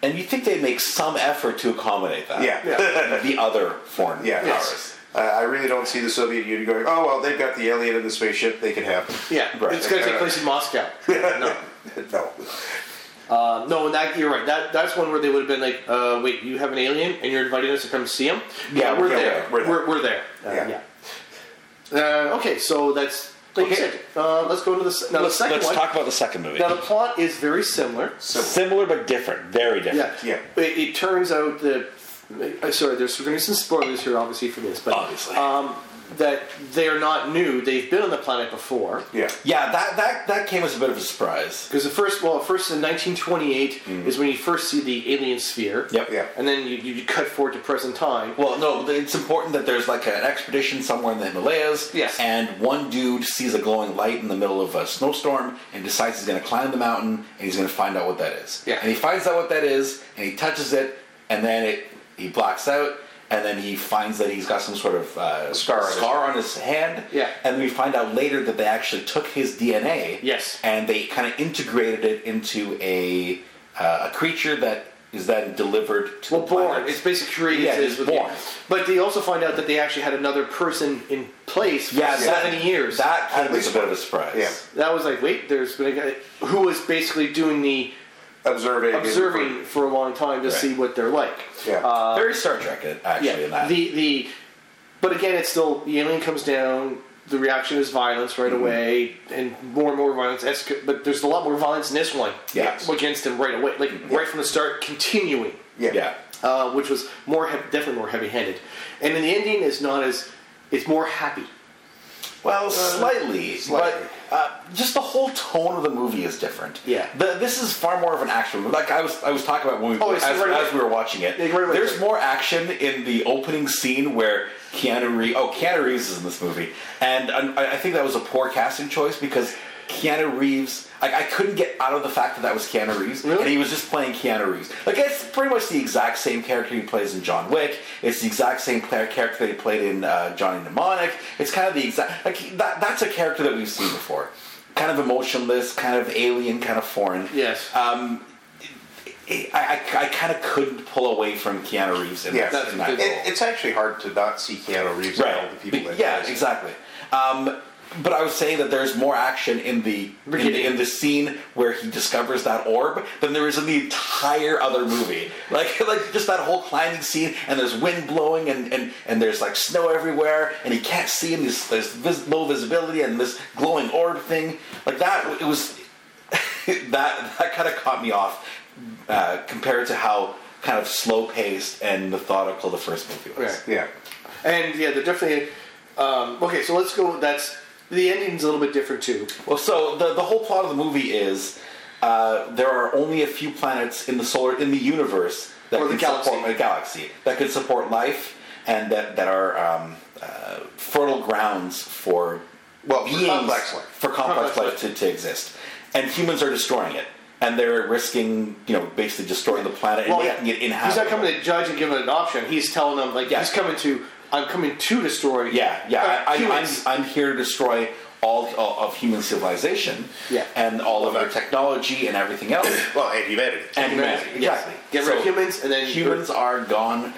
S1: And you think they make some effort to accommodate that.
S4: Yeah.
S1: The other foreign
S4: Yeah.
S1: powers.
S4: Uh, I really don't see the Soviet Union going, "Oh, well, they've got the alien in the spaceship; they can have them."
S2: yeah,
S1: Right.
S2: it's going to take place in Moscow. no.
S4: no.
S2: Um, no, and that you're right. That that's one where they would have been like, uh, "Wait, you have an alien, and you're inviting us to come see him." Yeah,
S1: Yeah,
S2: we're,
S1: yeah,
S2: there.
S4: we're
S2: We're
S4: there.
S2: We're, there. Uh,
S4: Yeah.
S2: yeah. Uh, okay, so that's Like I said, uh, let's go to the s- now
S1: Let's,
S2: the 2nd
S1: let's
S2: one.
S1: talk about the second movie.
S2: now the plot is very similar.
S1: Similar but different. Very different.
S2: Yeah,
S4: Yeah.
S2: It, it turns out that uh, sorry, there's going to be some spoilers here, obviously for this, but
S1: Obviously.
S2: um, that they are not new. They've been on the planet before.
S4: Yeah.
S1: Yeah, that, that, that came as a bit of a surprise.
S2: Because the first, well, first in 1928 is when you first see the alien sphere.
S1: Yep.
S4: Yeah.
S2: And then you, you cut forward to present time.
S1: Well, no, it's important that there's like an expedition somewhere in the Himalayas.
S2: Yes.
S1: And one dude sees a glowing light in the middle of a snowstorm and decides he's going to climb the mountain and he's going to find out what that is.
S2: Yeah.
S1: And he finds out what that is and he touches it and then it he blocks out and then he finds that he's got some sort of uh,
S4: Scar on his-
S1: scar on his hand.
S2: Yeah.
S1: And we find out later that they actually took his DNA.
S2: Yes.
S1: And they kind of integrated it into a uh, a creature that is then delivered to
S2: well,
S1: the
S2: born.
S1: planet.
S2: It's basically created.
S1: Yeah,
S2: is
S1: he's
S2: with the-
S1: born.
S2: but they also find out that they actually had another person in place for
S1: Yeah, that-
S2: 70 years.
S1: That
S4: At
S1: came as a
S4: least
S1: bit of a surprise.
S4: Yeah.
S2: That was like, wait, there's been a guy who was basically doing the
S4: Observing.
S2: observing for a long time to
S1: Right.
S2: see what they're like.
S4: Yeah.
S1: Very Star Trek, uh, actually, in
S2: Yeah.
S1: that.
S2: The the but again it's still the alien comes down, the reaction is violence
S1: Mm-hmm.
S2: right away, and more and more violence esca- but there's a lot more violence in this one.
S1: Yes.
S2: Against him right away. Like right from the start, continuing.
S4: yeah.
S1: yeah.
S2: Uh, which was more he- definitely more heavy handed. And then the ending is not as it's more happy.
S1: Well, slightly,
S4: slightly.
S1: Uh, but uh, just the whole tone of the movie is different.
S2: Yeah.
S1: The, this is far more of an action movie. Like I was, I was talking about when we,
S2: Oh,
S1: as,
S2: it's right away.
S1: as we were watching it.
S2: Yeah, right away.
S1: There's more action in the opening scene where Keanu Reeves. Oh, Keanu Reeves is in this movie, and um, I, I think that was a poor casting choice because. Keanu Reeves, like I couldn't get out of the fact that that was Keanu Reeves,
S2: Really?
S1: and he was just playing Keanu Reeves. Like it's pretty much the exact same character he plays in John Wick. It's the exact same player character that he played in uh, Johnny Mnemonic. It's kind of the exact like he- that. That's a character that we've seen before. Kind of emotionless, kind of alien, kind of foreign.
S2: Yes.
S1: I, I, I kind of couldn't pull away from Keanu Reeves in,
S4: Yeah.
S1: that- in that
S4: It-
S1: role.
S4: it's actually hard to not see Keanu Reeves and all the people.
S1: Be-
S4: that he
S1: yeah,
S4: plays.
S1: exactly. Um, but I was saying that there's more action in the, in the
S2: Beginning.
S1: in the scene where he discovers that orb than there is in the entire other movie. Like like just that whole climbing scene, and there's wind blowing, and and, and there's like snow everywhere, and he can't see, and there's, there's vis- low visibility, and this glowing orb thing. Like that, it was that that kind of caught me off uh, compared to how kind of slow paced and methodical the first movie was.
S2: Right.
S4: Yeah.
S2: and yeah, they're definitely um, okay, so let's go that's the ending's a little bit different too.
S1: Well, so the, the whole plot of the movie is uh, there are only a few planets in the solar in the universe that
S2: Or the
S1: can
S2: galaxy.
S1: support a galaxy that could support life and that that are um, uh, fertile grounds for
S4: Well, for
S1: beings-
S4: complex life.
S1: for complex,
S2: Complex
S1: life to, to exist, and humans are destroying it. And they're risking, you know, basically destroying the planet and
S2: Well,
S1: making it inhabitable.
S2: He's not coming to judge and give them an option. He's telling them like
S1: Yeah.
S2: he's coming to. I'm coming to destroy.
S1: Yeah, yeah.
S2: uh,
S1: I, I, I'm,
S2: humans.
S1: I'm here to destroy all, all of human civilization
S2: Yeah.
S1: and all of their technology and everything else.
S4: Well, and humanity.
S1: and
S2: Humanity,
S1: humanity.
S2: yeah.
S1: Exactly.
S2: Get rid of humans and then-
S1: humans are gone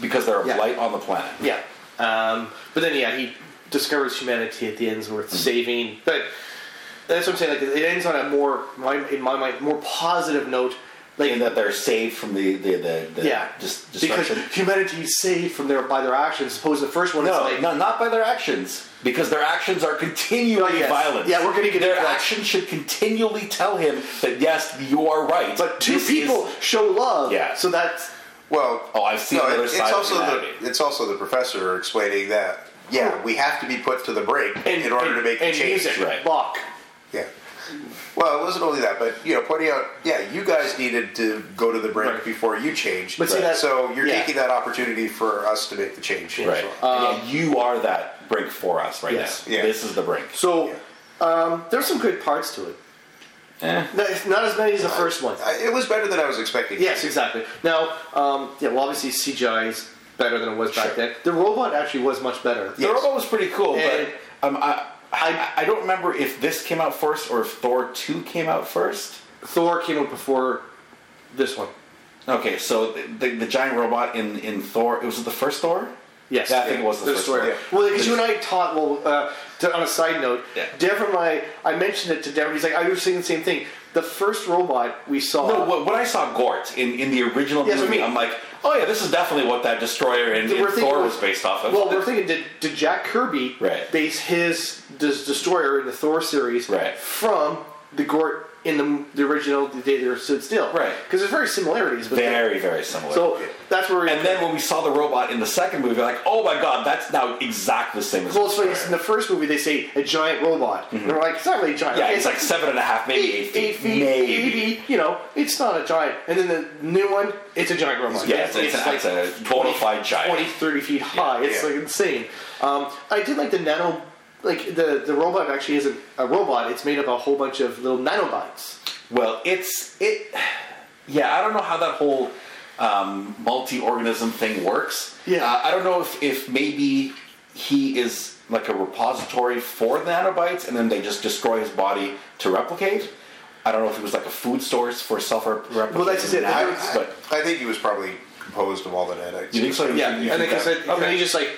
S1: because they're a
S2: Yeah.
S1: blight on the planet.
S2: yeah. Um, but then yeah, he discovers humanity at the end's worth
S1: Mm-hmm.
S2: saving. But that's what I'm saying. Like it ends on a more my, in my mind more positive note. Like
S1: And that they're saved from the the, the, the
S2: yeah,
S1: just
S2: because
S1: destruction.
S2: humanity is saved from their by their actions. Suppose the first one
S1: No,
S2: is like
S1: no, not by their actions. Because their actions are continually
S2: Oh, yes.
S1: violent.
S2: Yeah, we're gonna get
S1: their
S2: into that.
S1: actions should continually tell him that yes, you are right.
S2: But two
S1: This is-
S2: people show love.
S1: Yeah.
S2: So that's
S4: Well,
S1: Oh, I've seen the other
S4: it's
S1: side of
S4: also
S1: humanity.
S4: the it's also the professor explaining that. Yeah, we have to be put to the brink in order to make
S2: and
S4: the change.
S2: music,
S1: Right.
S2: Bach.
S4: Yeah. Well, it wasn't only that, but you know, pointing out, yeah, you guys needed to go to the brink
S2: Right.
S4: before you changed.
S2: But see that-
S4: so you're
S2: yeah.
S4: taking that opportunity for us to make the change. Uh,
S1: Right. yeah, you are that brink for us right
S2: Um, Yes.
S1: now.
S4: Yeah.
S1: This is the brink.
S2: So
S4: Yeah.
S2: um, there's some good parts to it.
S1: Eh.
S2: No, it's Not as many as the first one.
S4: I- It was better than I was expecting.
S2: Yes, exactly. Now, um, yeah, well, obviously CGI is better than it was back
S4: Sure.
S2: then. The robot actually was much better.
S1: The
S4: Yes.
S1: robot was pretty cool,
S2: And-
S1: but um, I, I
S2: I-
S1: I don't remember if this came out first or if Thor two came out first.
S2: Thor came out before this one.
S1: Okay, so the, the, the giant robot in in Thor it was the first Thor.
S2: Yes,
S1: Yeah, I think it was the
S2: There's
S1: first
S2: Thor.
S1: one, yeah.
S2: Well, because you and I taught. Well, uh, to, on a side note,
S1: Yeah.
S2: Devin and I, I mentioned it to Devin. He's like, I was saying the same thing. the first robot we saw.
S1: No, wh- when I saw Gort in, in the original
S2: Yes, I
S1: movie,
S2: mean-
S1: I'm like, oh yeah, this is definitely what that destroyer in, in
S2: we're thinking-
S1: Thor was based off of.
S2: Well, we're thinking did, did Jack Kirby
S1: Right.
S2: base his des- destroyer in the Thor series
S1: Right.
S2: from the Gort in the, the original The Day They Were Stood Still?
S1: Right.
S2: Because there's very similarities. But
S1: very, very similar.
S2: So that's where we
S1: and then when we saw the robot in the second movie, like, oh my god, that's now exactly the same as
S2: well, it's funny,
S1: Destroyer.
S2: in the first movie they say a giant robot, and we're like, it's not really a giant.
S1: Mm-hmm. Yeah,
S2: Okay,
S1: it's like seven and a half, maybe eight, feet.
S2: eight feet,
S1: maybe.
S2: maybe. You know, it's not a giant. And then the new one, it's a giant robot.
S1: Yeah, it's, it's, it's a bona fide giant.
S2: 20, 30 feet high. it's
S4: yeah.
S2: like insane. Um, I did like the nano, like the the robot actually isn't a robot. It's made of a whole bunch of little nanobots.
S1: Well, it's it. Yeah, I don't know how that whole um, multi-organism thing works.
S2: Yeah.
S1: uh, I don't know if if maybe he is like a repository for the nanobites, and then they just destroy his body to replicate. I don't know if it was like a food source for self-replication.
S2: Well, that's just it.
S1: nanobites,
S2: It's-
S1: but
S4: I think he was probably composed of all the nanites.
S1: you think so?
S2: Yeah,
S1: You
S2: and then
S1: think
S2: because
S1: that-
S2: okay. he just like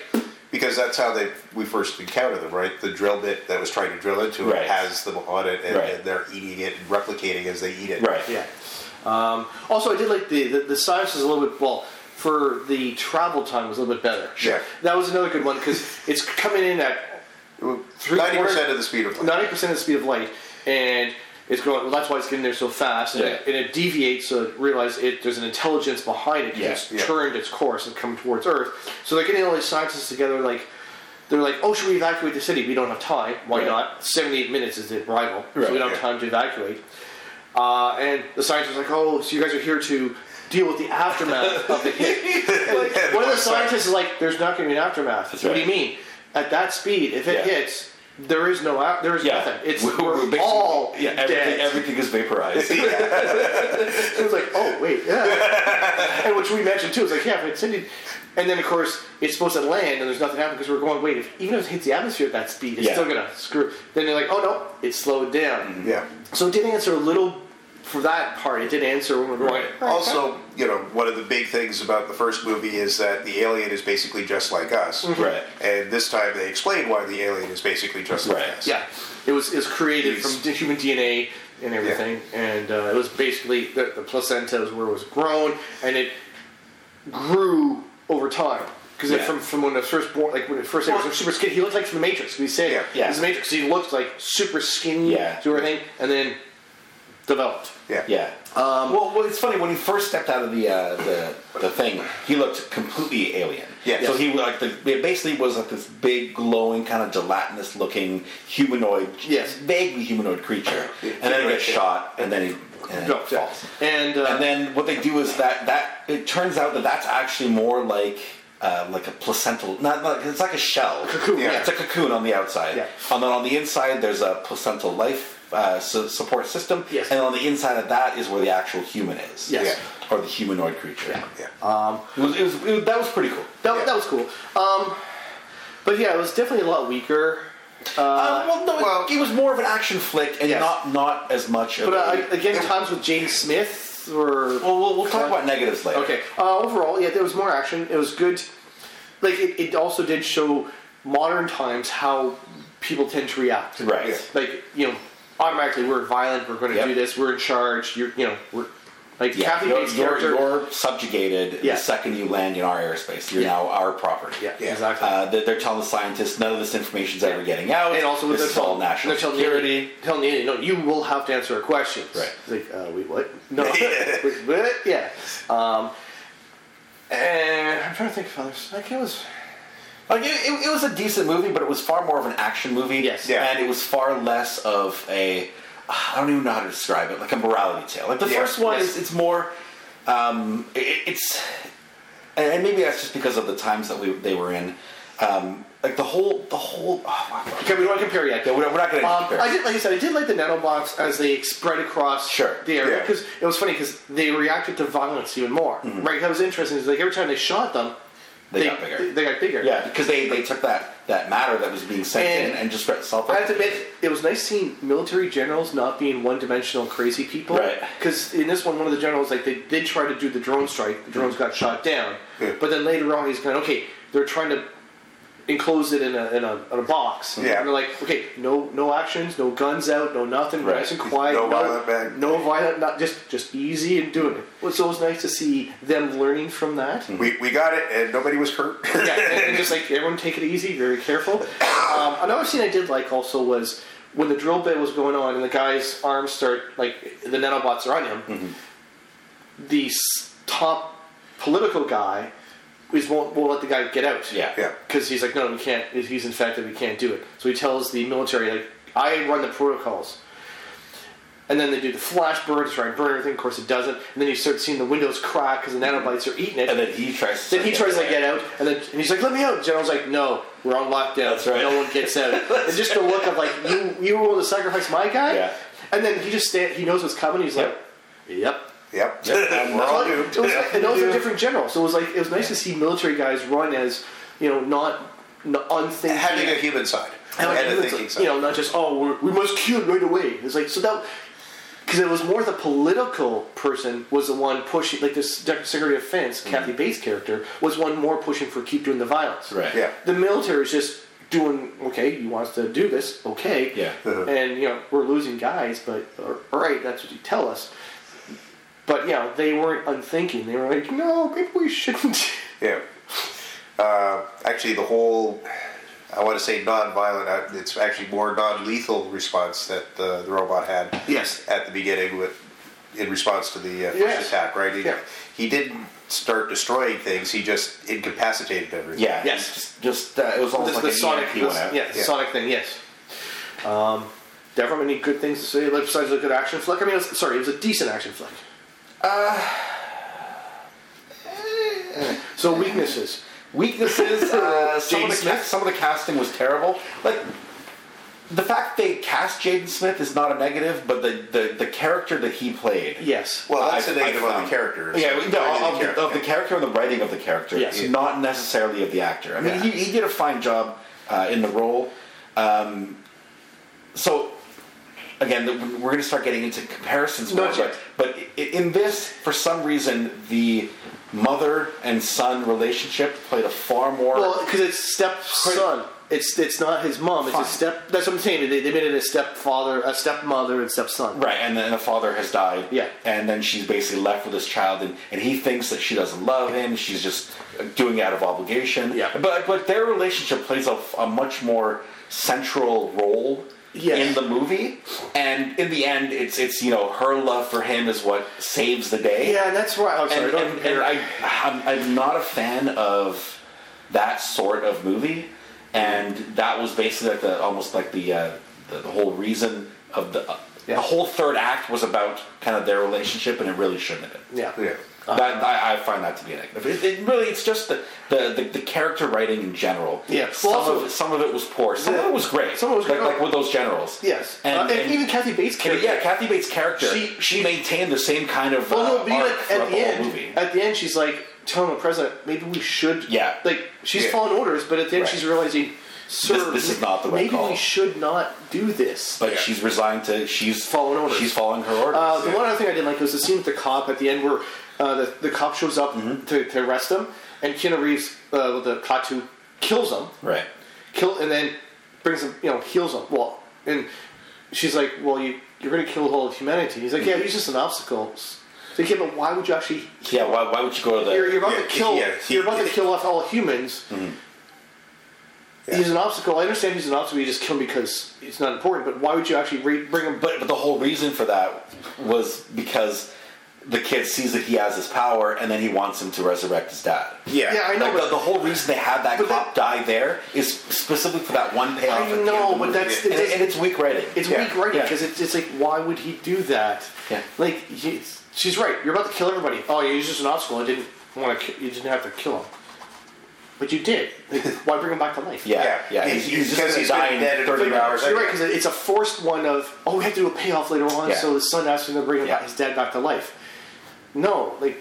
S4: Because that's how they we first encountered them, right? The drill bit that was trying to drill into it
S1: Right.
S4: has them on it, and,
S1: Right.
S4: and they're eating it and replicating as they eat it.
S1: right.
S2: yeah. Um, also, I did like the, the the science was a little bit well for the travel time was a little bit better.
S4: Sure.
S2: that was another good one because it's coming in at
S4: Ninety percent of the speed of light.
S2: ninety percent of the speed of light, and it's going. Well, that's why it's getting there so fast, and, it,
S1: Yeah.
S2: and it deviates. So it realize it, there's an intelligence behind it. 'cause
S1: Yeah,
S2: It's
S4: yeah.
S2: turned its course and come towards Earth. So they're getting all these scientists together, like. They're like, oh, should we evacuate the city? We don't have time. Why
S1: Right.
S2: not? 78 minutes is the arrival, so
S1: Right,
S2: we don't have
S4: yeah.
S2: time to evacuate. Uh, and the scientists are like, oh, so you guys are here to deal with the aftermath of the hit. Like, one of the scientists is like, there's not going to be an aftermath.
S1: That's
S2: What do you
S1: right.
S2: mean? At that speed, if it
S1: Yeah.
S2: hits, there is no out. There is
S1: Yeah,
S2: nothing. It's
S1: We're- we're
S2: we're,
S1: basically-
S2: all
S1: yeah, everything,
S2: dead.
S1: everything is vaporized.
S2: It was like, oh wait, yeah. and which we mentioned too. It's like, yeah, if it's ended, and then of course it's supposed to land, and there's nothing happening because we're going. Wait, if, even if it hits the atmosphere at that speed, it's
S1: Yeah. Mm-hmm.
S2: still gonna screw. Then they're like, oh no, it slowed down.
S4: Yeah.
S2: So it did answer a little for that part. It did answer when we were going.
S4: Also, you know, one of the big things about the first movie is that the alien is basically just like us.
S2: Mm-hmm.
S1: Right.
S4: And this time they explain why the alien is basically just like
S1: Right.
S4: us.
S2: Yeah, it was it was created
S4: Yes.
S2: from d- human DNA and everything, and uh, it was basically the, the placenta is where it was grown, and it grew over time. Because
S1: Yeah.
S2: from from when it was first born, like when it first it was super skinny, he looked like from the Matrix. We said
S4: Yeah.
S1: Yeah.
S2: he's the Matrix. He looked like super skinny,
S1: Yeah.
S2: do everything, and then developed.
S4: Yeah.
S1: Yeah. Um, well, well, it's funny when he first stepped out of the uh, the, the thing, he looked completely alien.
S4: Yes.
S1: So he like the, it basically was like this big glowing kind of gelatinous looking humanoid,
S2: Yes.
S1: vaguely humanoid creature, and then he gets shot, and then he and then he
S2: Dropped, yeah.
S1: falls.
S2: And, uh,
S1: and then what they do is that that it turns out that that's actually more like. Uh, like a placental, not like it's like a shell.
S2: Cocoon,
S4: yeah.
S1: It's a cocoon on the outside,
S2: Yeah.
S1: and then on the inside there's a placental life uh, su- support system,
S2: Yes.
S1: and on the inside of that is where the actual human is.
S2: Yes.
S1: Or the humanoid creature.
S4: Yeah.
S1: It was, it was, it was- that was pretty cool.
S2: That,
S4: Yeah.
S2: that was cool. Um, but yeah, it was definitely a lot weaker.
S1: Uh, well, no, it-
S4: well-
S1: it was more of an action flick and
S2: Yes.
S1: not not as much of
S2: But
S1: a-
S2: uh, again, times with Jane Smith were
S1: well, we'll, we'll talk about negatives later.
S2: Okay. Uh, overall, yeah, there was more action. It was good. Like it, it also did show modern times how people tend to react.
S1: Right.
S4: Yeah.
S2: Like you know, automatically we're violent. We're going to
S1: Yep.
S2: do this. We're in charge. You're you know we're like
S1: Yeah,
S2: Kathy
S1: you're,
S2: Bates'
S1: you're-
S2: character.
S1: you're subjugated
S2: Yeah.
S1: the second you land in our airspace. You're
S2: Yeah.
S1: now our property.
S2: yeah,
S4: Yeah.
S2: exactly.
S1: Uh, they're, they're telling the scientists none of this information's ever getting out.
S2: and also with
S1: this
S2: the
S1: is all national
S2: telling
S1: security.
S2: The, telling the alien, no, you will have to answer our questions.
S1: Right.
S2: It's like, uh, wait, what? No. wait, what? Yeah. Um, and I'm trying to think of others. Like it was.
S1: Like it, it, it was a decent movie, but it was far more of an action movie.
S2: Yes.
S4: Yeah.
S1: And it was far less of a I don't even know how to describe it, like a morality tale. Like the
S4: Yeah.
S1: first one
S2: Yes.
S1: is it's more um, it, it's and and maybe that's just because of the times that we they were in. Um, like the whole the whole oh, wow.
S2: Okay, we don't compare yet.
S1: yeah, we're, not- we're not gonna
S2: Um,
S1: compare.
S2: I did, like I said, I did like the nanobots as they spread across
S1: Sure.
S2: the area
S4: Yeah.
S2: because it was funny because they reacted to violence even more. Right, that was interesting. It's like every time they shot them,
S1: Mm-hmm. They got bigger.
S2: They, got bigger.
S1: yeah, because they, they took that, that matter that was being sent
S2: And-
S1: in and just self
S2: I have to admit, it was nice seeing military generals not being one-dimensional crazy people.
S1: Right.
S2: Because in this one, one of the generals, like, they did try to do the drone strike. The drones got shot down.
S4: Yeah.
S2: But then later on, he's kind of, okay, they're trying to enclosed it in a, in a, in a box.
S4: Yeah.
S2: And they're like, okay, no no actions, no guns out, no nothing,
S5: Right.
S2: nice and quiet.
S4: No violent man.
S2: No violent, not just just easy and doing it. Well, it's always nice to see them learning from that.
S4: We, we got it, and nobody was hurt.
S2: yeah, and, and just like everyone take it easy, very careful. Um, another scene I did like also was when the drill bit was going on and the guy's arms start like the nanobots are on him. The s- top political guy is won't, won't let the guy get out.
S5: Yeah.
S4: yeah.
S2: because he's like, no, we can't. If he's infected, we can't do it. So he tells the military, like, I run the protocols. And then they do the flash burn to try and burn everything. Of course, it doesn't. And then you start seeing the windows crack because the nanobites are eating it.
S5: And then he tries. To
S2: Then he tries to get out, and then and he's like, "Let me out." General's like, "No, we're on lockdown.
S5: That's right.
S2: No one gets out." and just the look of like, "You you were willing to sacrifice my guy,"
S5: Yeah.
S2: and then he just stand, he knows what's coming. He's
S5: Yep.
S2: like, "Yep."
S4: Yep.
S5: Yep.
S4: We're all
S2: Well,
S4: doomed.
S2: it was, and those are different generals, so it was like it was nice to see military guys run as you know not, not unthinking.
S6: Having a human side.
S2: And like,
S6: and a
S2: it's
S6: thinking
S2: like,
S6: side.
S2: you know, not just oh, we're, we must kill it right away. It's like so that because it was more the political person was the one pushing, like this Secretary of Defense, Kathy Bates character, was one more pushing for keep doing the violence.
S5: Right.
S4: Yeah.
S2: The military is just doing okay. You want us to do this, okay?
S5: Yeah.
S2: And you know we're losing guys, but all right, that's what you tell us. But you know they weren't unthinking. They were like, no, maybe we shouldn't.
S4: Yeah. Uh, actually, the whole, I want to say non-violent, uh, it's actually more non-lethal response that the, the robot had
S2: Yes.
S4: at the beginning with in response to the uh, first
S2: Yes.
S4: attack, right? He,
S2: Yeah.
S4: he didn't start destroying things, he just incapacitated everything.
S5: Yeah.
S2: Yes.
S5: Just, just uh, it was almost
S2: This-
S5: like
S2: the
S5: an
S1: E
S2: Sonic,
S5: EMP
S2: the-
S5: went out.
S2: yeah, the
S4: Yeah.
S2: Sonic thing, yes. Um, definitely many good things to say like, besides a good action flick. I mean, it was, sorry, it was a decent action flick. Uh, so weaknesses.
S1: Weaknesses. Uh, some, of
S2: Jaden
S1: the ca-
S2: Smith?
S1: some of the casting was terrible. Like the fact they cast Jaden Smith is not a negative, but the, the, the character that he played.
S2: Yes.
S4: Well, that's
S1: I-
S4: a negative
S1: I
S4: on
S1: found-
S4: the character.
S1: Yeah, we- no,
S4: Writing
S1: of, the, of the character and the writing of the character,
S2: Yes.
S1: it's not necessarily of the actor. I mean,
S4: Yeah.
S1: he, he did a fine job uh, in the role. Um, so, again, the, we're going to start getting into comparisons,
S2: Not
S1: more,
S2: yet.
S1: but, but i- in this, for some reason, the mother and son relationship played a far more.
S2: Well, because it's stepson. It's it's not his mom. It's
S1: Fine.
S2: his step. That's what I'm saying. They, they made it a stepfather, a stepmother, and stepson.
S1: Right, and then the father has died.
S2: Yeah.
S1: And then she's basically left with this child, and, and he thinks that she doesn't love him. She's just doing it out of obligation.
S2: Yeah.
S1: But but their relationship plays a, a much more central role
S2: Yes.
S1: in the movie, and in the end, it's it's you know her love for him is what saves the day.
S2: Yeah, and that's right. I'm sorry.
S1: And,
S2: don't
S1: and,
S2: compare-
S1: and I I'm, I'm not a fan of that sort of movie, and that was basically like the almost like the uh, the, the whole reason of the uh,
S2: Yeah.
S1: the whole third act was about kind of their relationship, and it really shouldn't have been.
S2: yeah. Uh-huh.
S4: Yeah.
S1: That, I, I find that to be a negative. It, it really, it's just the, the, the, the character writing in general.
S2: Yeah.
S1: Some,
S2: Well, also-
S1: of, it- some of it was poor. Some of
S2: The-
S1: it was great.
S2: some of it was
S1: like,
S2: great.
S1: like with those generals.
S2: Yes.
S1: And,
S2: Uh, and
S1: and-
S2: even Kathy Bates'
S1: and
S2: character.
S1: yeah, Kathy Bates' character. She,
S2: She-
S1: she maintained the same kind of
S2: Well,
S1: uh,
S2: no, but
S1: arc
S2: even at,
S1: throughout
S2: at the
S1: whole
S2: end,
S1: movie.
S2: at the end, she's like telling the president, maybe we should.
S1: Yeah.
S2: Like she's
S4: Yeah.
S2: following orders, but at the end,
S1: Right.
S2: she's realizing, sir,
S1: this is not the right
S2: maybe
S1: call."
S2: we should not do this.
S1: But she's resigned to she's
S2: Following orders.
S1: She's following her orders.
S2: Uh, The one other thing I didn't like was the scene with the cop at the end where uh, the, the cop shows up
S1: Mm-hmm.
S2: to, to arrest him, and Keanu Reeves uh, with the tattoo kills him,
S1: right.
S2: kill, and then brings him, you know, heals him. Well, and she's like, well, you you're going to kill the whole of humanity. He's like, yeah,
S1: Mm-hmm.
S2: he's just an obstacle. So, yeah, but why would you actually
S1: Yeah. Why, why would you go to the?
S2: you're, you're about
S4: Yeah,
S2: to kill.
S4: yeah, he-
S2: you're about to kill off all humans.
S1: Mm-hmm.
S2: He's an obstacle. I understand he's an obstacle. You just kill him because it's not important. But why would you actually re- bring him?
S1: but, but the whole reason for that was because the kid sees that he has his power, and then he wants him to resurrect his dad.
S6: yeah.
S2: yeah, I know.
S1: Like, the,
S2: but
S1: the whole reason they had that
S2: But
S1: cop
S2: that-
S1: die there is specifically for that one payoff.
S2: I
S1: at the end
S2: know,
S1: of the
S2: but
S1: movie.
S2: that's-
S1: and,
S2: it doesn't-
S1: and it's weak writing.
S2: it's
S4: Yeah,
S2: weak writing
S1: yeah.
S2: because it's, it's like why would he do that?
S1: Yeah.
S2: Like he, she's right. You're about to kill everybody. Oh, you're just an obstacle. I didn't want to. You didn't have to kill him, but you did. Like, why bring him back to life?
S1: yeah, yeah.
S4: Yeah.
S1: He's, he's just
S4: Because
S1: gonna
S4: he's
S1: die
S4: been
S1: in
S4: dead in
S1: thirty
S4: three
S1: hours.
S4: hours.
S2: You're right because it's a forced one of oh we have to do a payoff later on,
S1: Yeah.
S2: so his son asked him to bring him
S1: Yeah.
S2: back, his dad back to life. No, like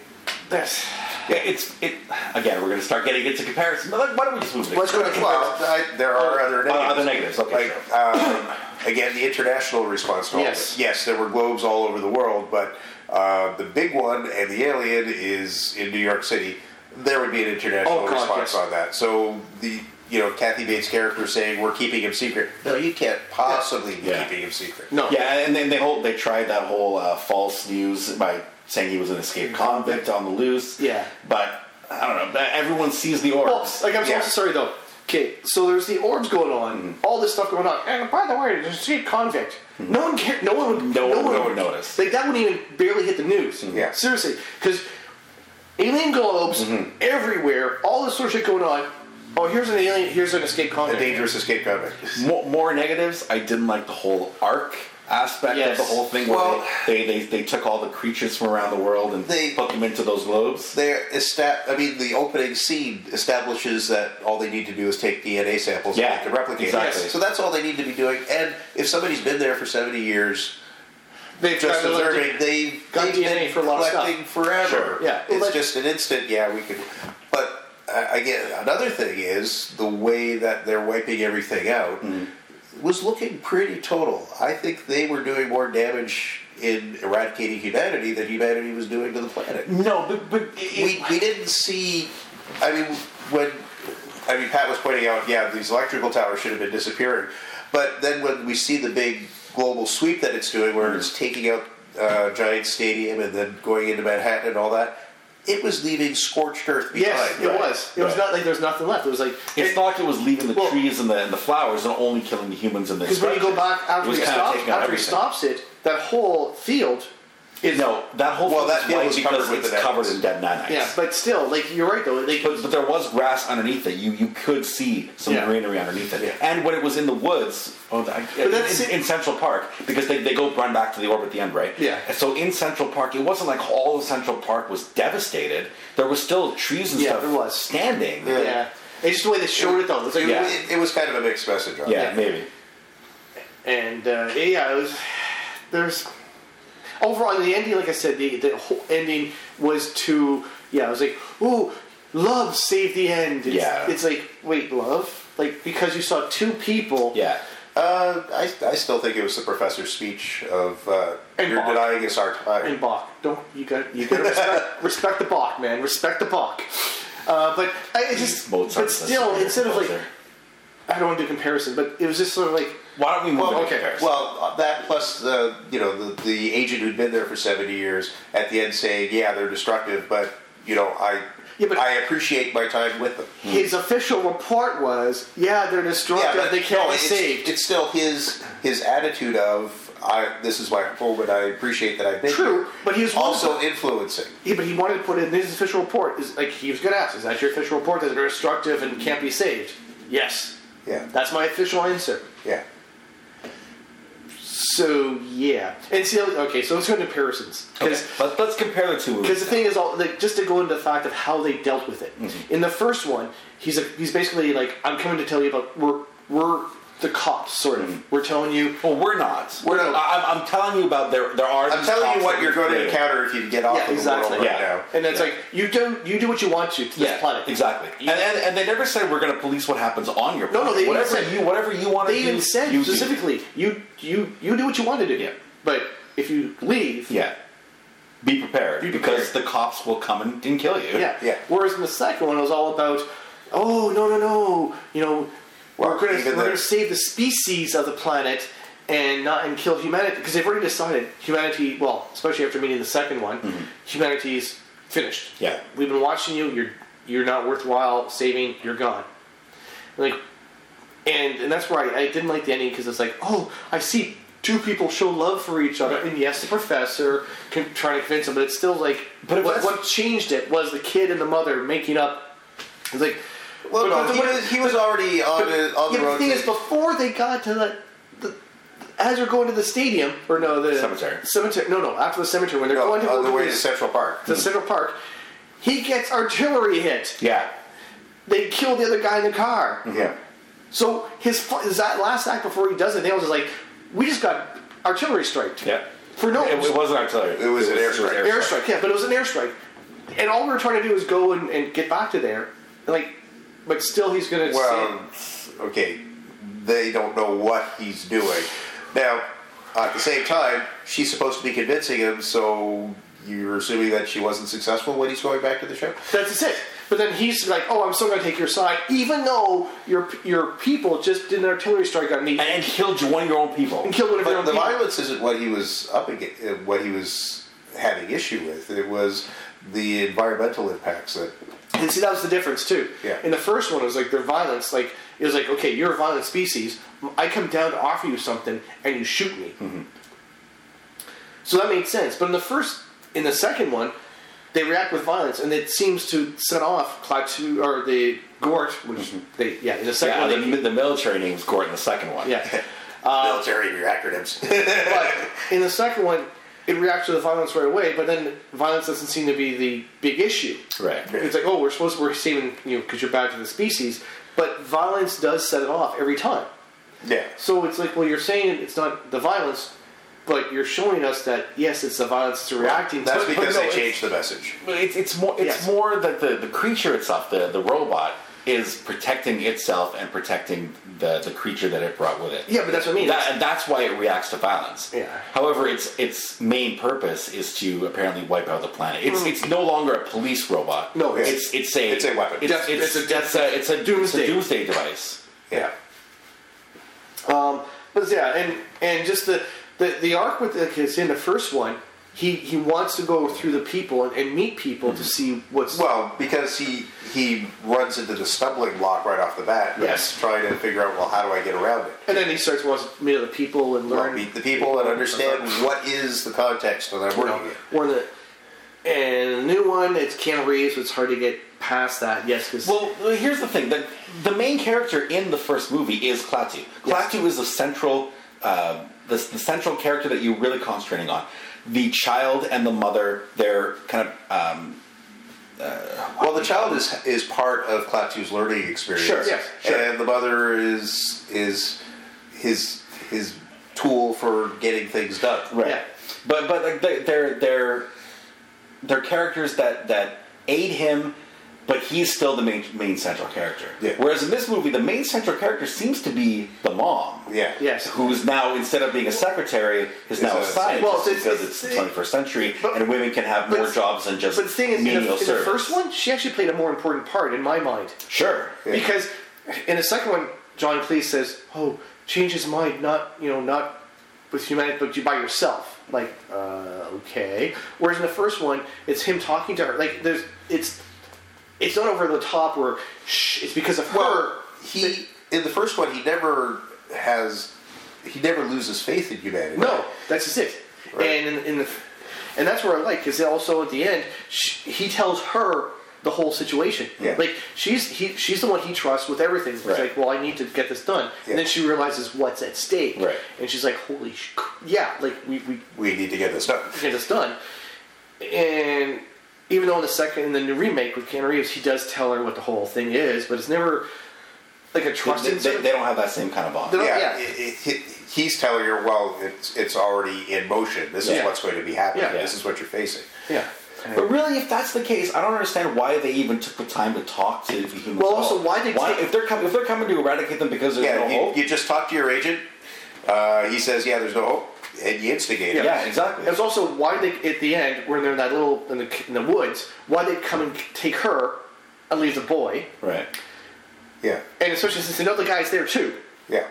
S2: that's
S1: Yeah, it's it. Again, we're gonna start getting into comparison. But like, why don't we just move? to-
S2: Let's go to
S4: Well, I, there are other
S1: Uh,
S4: negatives.
S1: other negatives. Okay.
S4: like
S1: sure.
S4: um, again the international response to all
S2: Yes.
S4: yes. yes there were globes all over the world but uh, the big one and the alien is in new york city there would be an international
S2: Oh, God,
S4: response
S2: yes.
S4: on that so the you know Kathy Bates' character saying we're keeping him secret. No, you can't possibly be
S1: Yeah.
S4: keeping him secret.
S2: No.
S1: Yeah, and then they whole they tried that whole uh, false news by saying he was an escaped convict on the loose.
S2: Mm-hmm. Yeah.
S1: but I don't know. that- Everyone sees the
S2: Well,
S1: orbs.
S2: like I'm
S4: Yeah.
S2: so sorry though. Okay, so there's the orbs going on,
S1: Mm-hmm.
S2: all this stuff going on, and by the way, there's a state convict. No one cared. No one. would-
S1: No one- Mm-hmm.
S2: one
S1: no one noticed.
S2: Like that wouldn't even barely hit the news.
S4: Yeah.
S2: seriously, because alien globes
S1: Mm-hmm.
S2: everywhere, all this sort of shit going on. Oh, here's an alien. Here's an escape
S4: A
S2: convict.
S4: dangerous escape convict.
S1: Mo- more negatives. I didn't like the whole arc aspect
S2: Yes.
S1: of the whole thing. Where
S4: Well-
S1: they, they, they they took all the creatures from around the world and
S4: They-
S1: put them into those globes.
S4: They estab- I mean, the opening scene establishes that all they need to do is take DNA samples
S1: Yeah,
S4: and they can replicate
S1: exactly.
S4: it. So that's all they need to be doing. And if somebody's been there for 70 years,
S2: They've
S4: just
S2: got to learn to-
S4: observing, they,
S2: got
S4: they've
S2: DNA
S4: been
S2: for a lot of stuff.
S4: collecting forever.
S1: Sure.
S2: Yeah.
S4: It's
S2: Like-
S4: just an instant, yeah, we could. But uh, again, another thing is the way that they're wiping everything out
S1: Mm-hmm.
S4: was looking pretty total. I think they were doing more damage in eradicating humanity than humanity was doing to the planet
S1: No, but but it,
S4: we, we didn't see. I mean, when I mean Pat was pointing out, yeah, these electrical towers should have been disappearing, but then when we see the big global sweep that it's doing, where it's taking out uh, giant stadium and then going into Manhattan and all that, it was leaving scorched earth behind.
S2: Yes, it was. It was not like there's nothing left. It was like
S1: it's not like it was leaving the
S2: Well-
S1: trees and the, and the flowers and only killing the humans and the.
S2: because when you go back
S1: It
S2: after
S1: was
S2: he
S1: kinda
S2: stops,
S1: taking out
S2: after he
S1: everything.
S2: stops it, that whole field
S1: no, that whole
S4: Well,
S1: thing
S4: that
S1: is
S4: deal
S1: white
S4: was
S1: because
S4: covered with
S1: it's
S4: the nanites.
S1: covered in dead nanites.
S2: Yeah, but still, like you're right though. Like,
S1: But, but there was grass underneath it. You you could see some
S2: Yeah.
S1: greenery underneath it.
S4: Yeah.
S1: And when it was in the woods, oh, I,
S2: that's
S1: in,
S2: it.
S1: in Central Park, because they, they go run back to the orb at the end, right?
S2: Yeah.
S1: And so in Central Park, it wasn't like all of Central Park was devastated. There was still trees and
S2: Yeah,
S1: stuff
S2: there was.
S1: standing.
S2: yeah. it's just the way they showed it though. It's like,
S1: Yeah.
S4: It, it was kind of a mixed message. On
S1: Yeah,
S4: it.
S1: maybe.
S2: and uh, yeah, it was. There's overall the ending, like I said, the the whole ending was to yeah. I was like, ooh, love saved the end. It's,
S1: Yeah.
S2: it's like wait, love. Like because you saw two people.
S1: Yeah.
S4: Uh, I, I still think it was the professor's speech of uh,
S2: And
S4: "You're
S2: Bob.
S4: denying us our time."
S2: And Bach, don't you got you got respect, respect the Bach man, respect the Bach. Uh, but I it just,
S1: Mozart.
S2: but still, instead of like, I don't want to do comparison, but it was just sort of like,
S1: Why don't we move
S2: Well,
S1: into
S2: okay,
S1: comparison?
S4: Well, uh, that plus the you know the, the agent who'd been there for seventy years at the end saying, "Yeah, they're destructive, but you know I
S2: Yeah, but-
S4: I appreciate my time with them."
S2: His official report was, yeah, they're destructive.
S4: but
S2: they can't
S4: no,
S2: be
S4: it's,
S2: saved.
S4: It's still his his attitude of I this is my home and I appreciate that I've been
S2: True,
S4: here."
S2: but he was
S4: also influencing.
S2: yeah, but he wanted to put in his official report. Is like he was gonna ask, is that your official report that they're destructive and can't be saved? Yes,
S4: Yeah,
S2: that's my official answer.
S4: yeah.
S2: So yeah, and see, okay, so let's go into comparisons
S1: Okay,
S2: because
S1: Let, let's compare the two movies.
S2: Because the thing is, all like, just to go into the fact of how they dealt with it.
S4: Mm-hmm.
S2: In the first one, he's a, he's basically like, "I'm coming to tell you about we're we're the cops, sort of.
S4: Mm-hmm.
S2: We're telling you."
S1: Well, we're not. We're
S4: not.
S1: I, I'm- I'm telling you about there. There are.
S4: I'm
S1: these
S4: telling
S1: cops
S4: you what
S1: that
S4: you're
S1: we've
S4: going to
S1: created.
S4: encounter if you get off
S2: Yeah,
S4: of the
S2: exactly.
S4: world
S1: Yeah.
S4: right now.
S2: And it's like you don't you do what you want to to this
S1: yeah,
S2: planet.
S1: Exactly. And, and and they never said we're going to police what happens on your.
S2: No, no,
S1: planet.
S2: they even
S1: whatever
S2: said-
S1: you whatever you want to
S2: They
S1: do.
S2: even said
S1: you do.
S2: specifically, you you you do what you want to do.
S1: Yeah.
S2: But if you leave,
S1: Yeah. Be prepared
S2: Be
S1: because the cops will come and, and kill you.
S2: yeah,
S4: Yeah.
S2: Whereas in the second one, it was all about, oh no no no, you know,
S4: Well,
S2: we're going
S4: even
S2: to we're going to
S4: the-
S2: save the species of the planet and not and kill humanity because they've already decided humanity. Well, especially after meeting the second one,
S1: Mm-hmm.
S2: humanity's finished.
S1: Yeah.
S2: we've been watching you. You're you're not worthwhile saving. You're gone. Like, and and that's why I, I didn't like the ending because it's like, oh, I see two people show love for each other, and yes, the professor can, trying to convince them, but it's still like,
S1: But if
S2: what,
S1: that's-
S2: what changed it was the kid and the mother making up. It's like,
S4: Well,
S2: but-
S4: no,
S2: but-
S4: he,
S2: but-
S4: was, he was already on, the on
S2: yeah,
S4: the
S2: but the
S4: road.
S2: thing
S4: to-
S2: is, before they got to the, the as they're going to the stadium or no the
S1: Cemetery.
S2: cemetery, no, no, after the cemetery when they're
S4: no,
S2: going to
S4: on the way to
S2: to
S4: Central Park.
S2: Central Park, he gets artillery hit.
S1: Yeah.
S2: They kill the other guy in the car.
S4: Yeah.
S2: So his, fi- his that last act before he does it, they was just like, we just got artillery striked.
S1: Yeah.
S2: For no
S1: It, it wasn't artillery.
S4: It was an airstrike.
S2: airstrike. Yeah, but it was an airstrike, and all we were trying to do was go and, and get back to there, and like, but still he's gonna.
S4: Well, um, okay, they don't know what he's doing. Now, at the same time, she's supposed to be convincing him, so you're assuming that she wasn't successful when he's going back to the ship?
S2: say, that's it. But then he's like, "Oh, I'm still going to take your side, even though your your people just did an artillery strike on me
S1: and,
S2: and
S1: and kill one of your own people.
S2: killed one of your
S4: But
S2: own
S4: the
S2: people."
S4: violence isn't what he was up against, what he was having issue with. It was the environmental impacts that.
S2: And see, that was the difference too.
S4: Yeah.
S2: In the first one, it was like their violence. Like it was like, okay, you're a violent species. I come down to offer you something, and you shoot me. So that made sense. But in the first, in the second one, they react with violence, and it seems to set off Klaatu or the Gort, which they yeah in the
S1: Yeah,
S2: second
S1: the,
S2: one. they-
S1: mi- the military name was Gordon, the second one.
S2: yeah.
S4: military your acronyms.
S2: but in the second one, it reacts to the violence right away. But then violence doesn't seem to be the big issue.
S1: Right.
S2: It's like, oh, we're supposed to, we're saving you because you're bad to the species, but violence does set it off every time.
S4: yeah.
S2: So it's like, well, you're saying it's not the violence, but you're showing us that yes, it's the violence that's reacting.
S4: That's
S2: to it, but
S4: because
S2: no,
S4: they
S2: it's-
S4: changed the message.
S1: But it's, it's more it's
S2: Yes.
S1: more that the, the creature itself, the, the robot, is protecting itself and protecting the, the creature that it brought with it.
S2: Yeah, but that's what I mean.
S1: That, and that's why it reacts to violence.
S2: Yeah.
S1: However, its its main purpose is to apparently wipe out the planet. It's it's no longer a police robot.
S2: No, it's-
S1: it's it's a
S4: It's a weapon.
S1: It's,
S2: Def-
S1: it's,
S2: it's
S1: it's,
S2: a-
S1: a, it's a doomsday
S2: Doomsday.
S1: doomsday device.
S4: Yeah.
S2: Um, but yeah, and and just the the, the arc with the, is in the first one. He, he wants to go through the people and, and meet people to see what's
S4: Well, because he he runs into the stumbling block right off the bat. and
S2: Yes.
S4: is Trying to figure out well how do I get around it?
S2: And then he starts wants to meet other people and
S4: Well,
S2: learn.
S4: meet the people and understand what is the context that I'm
S2: you know,
S4: working in.
S2: one of the and the new one. It's Keanu Reeves. So it's hard to get past that. Yes, because
S1: Well, well, here's the thing: the, the main character in the first movie is Klaatu. Klaatu is the central, uh, the, the central character that you're really concentrating on. The child and the mother, they're kind of um,
S4: Well, the child is is part of Klaatu's learning experience.
S2: Sure, yes, sure.
S4: And the mother is is his his tool for getting things done.
S1: right.
S2: Yeah.
S1: But but like they- they're they're they're characters that that aid him, but he's still the main main central character.
S4: Yeah.
S1: Whereas in this movie, the main central character seems to be the mom.
S4: Yeah.
S2: yes,
S1: who's now instead of being a secretary is now
S4: a-
S1: a scientist
S2: well, it's-
S1: because
S2: it's-
S1: it's, the 21st century
S2: but-
S1: and women can have
S2: but-
S1: more jobs than just
S2: but the thing is, in the,
S1: menial
S2: in the
S1: service.
S2: first one, she actually played a more important part in my mind
S1: sure
S2: because in the second one, John Cleese says, "Oh, change his mind, not you know, not with humanity, but you by yourself." Like, uh, okay. Whereas in the first one, it's him talking to her. Like, there's it's it's not over the top where shh, it's because of her.
S4: Well, he in the first one he never has he never loses faith in humanity.
S2: No, that's just it.
S4: Right.
S2: And in, in the, and that's where I like because also at the end sh he tells her the whole situation.
S4: Yeah.
S2: Like she's he, she's the one he trusts with everything. He's
S1: Right.
S2: like, well, I need to get this done,
S4: Yeah.
S2: and then she realizes what's at stake.
S1: Right.
S2: And she's like, holy, sh- yeah, like we we
S4: We need to get this done.
S2: get this done. And even though in the second in the new remake with Keanu Reeves, he does tell her what the whole thing is, but it's never like a
S1: They-
S2: trusting.
S1: they,
S2: sort of-
S1: they don't have that same kind of bond
S2: They don't- yeah.
S4: Yeah, it- it- he- he's telling her, well, it's it's already in motion. This
S2: Yeah.
S4: is what's going to be happening.
S2: Yeah.
S4: This is what you're facing.
S2: yeah.
S1: but really if that's the case I don't understand why they even took the time to talk to the humans
S2: Well,
S1: at
S2: also,
S1: all.
S2: why they take-
S1: if they're coming if they're coming to eradicate them because there's
S4: Yeah,
S1: no hope
S4: you, you just talk to your agent. Uh, he says, yeah, there's no hope, and you instigate it.
S1: yeah exactly
S2: It's also why they at the end when they're in that little in the, in the woods, why they come and take her and leave the boy,
S1: right
S4: Yeah,
S2: and especially since another guy's there too.
S4: yeah.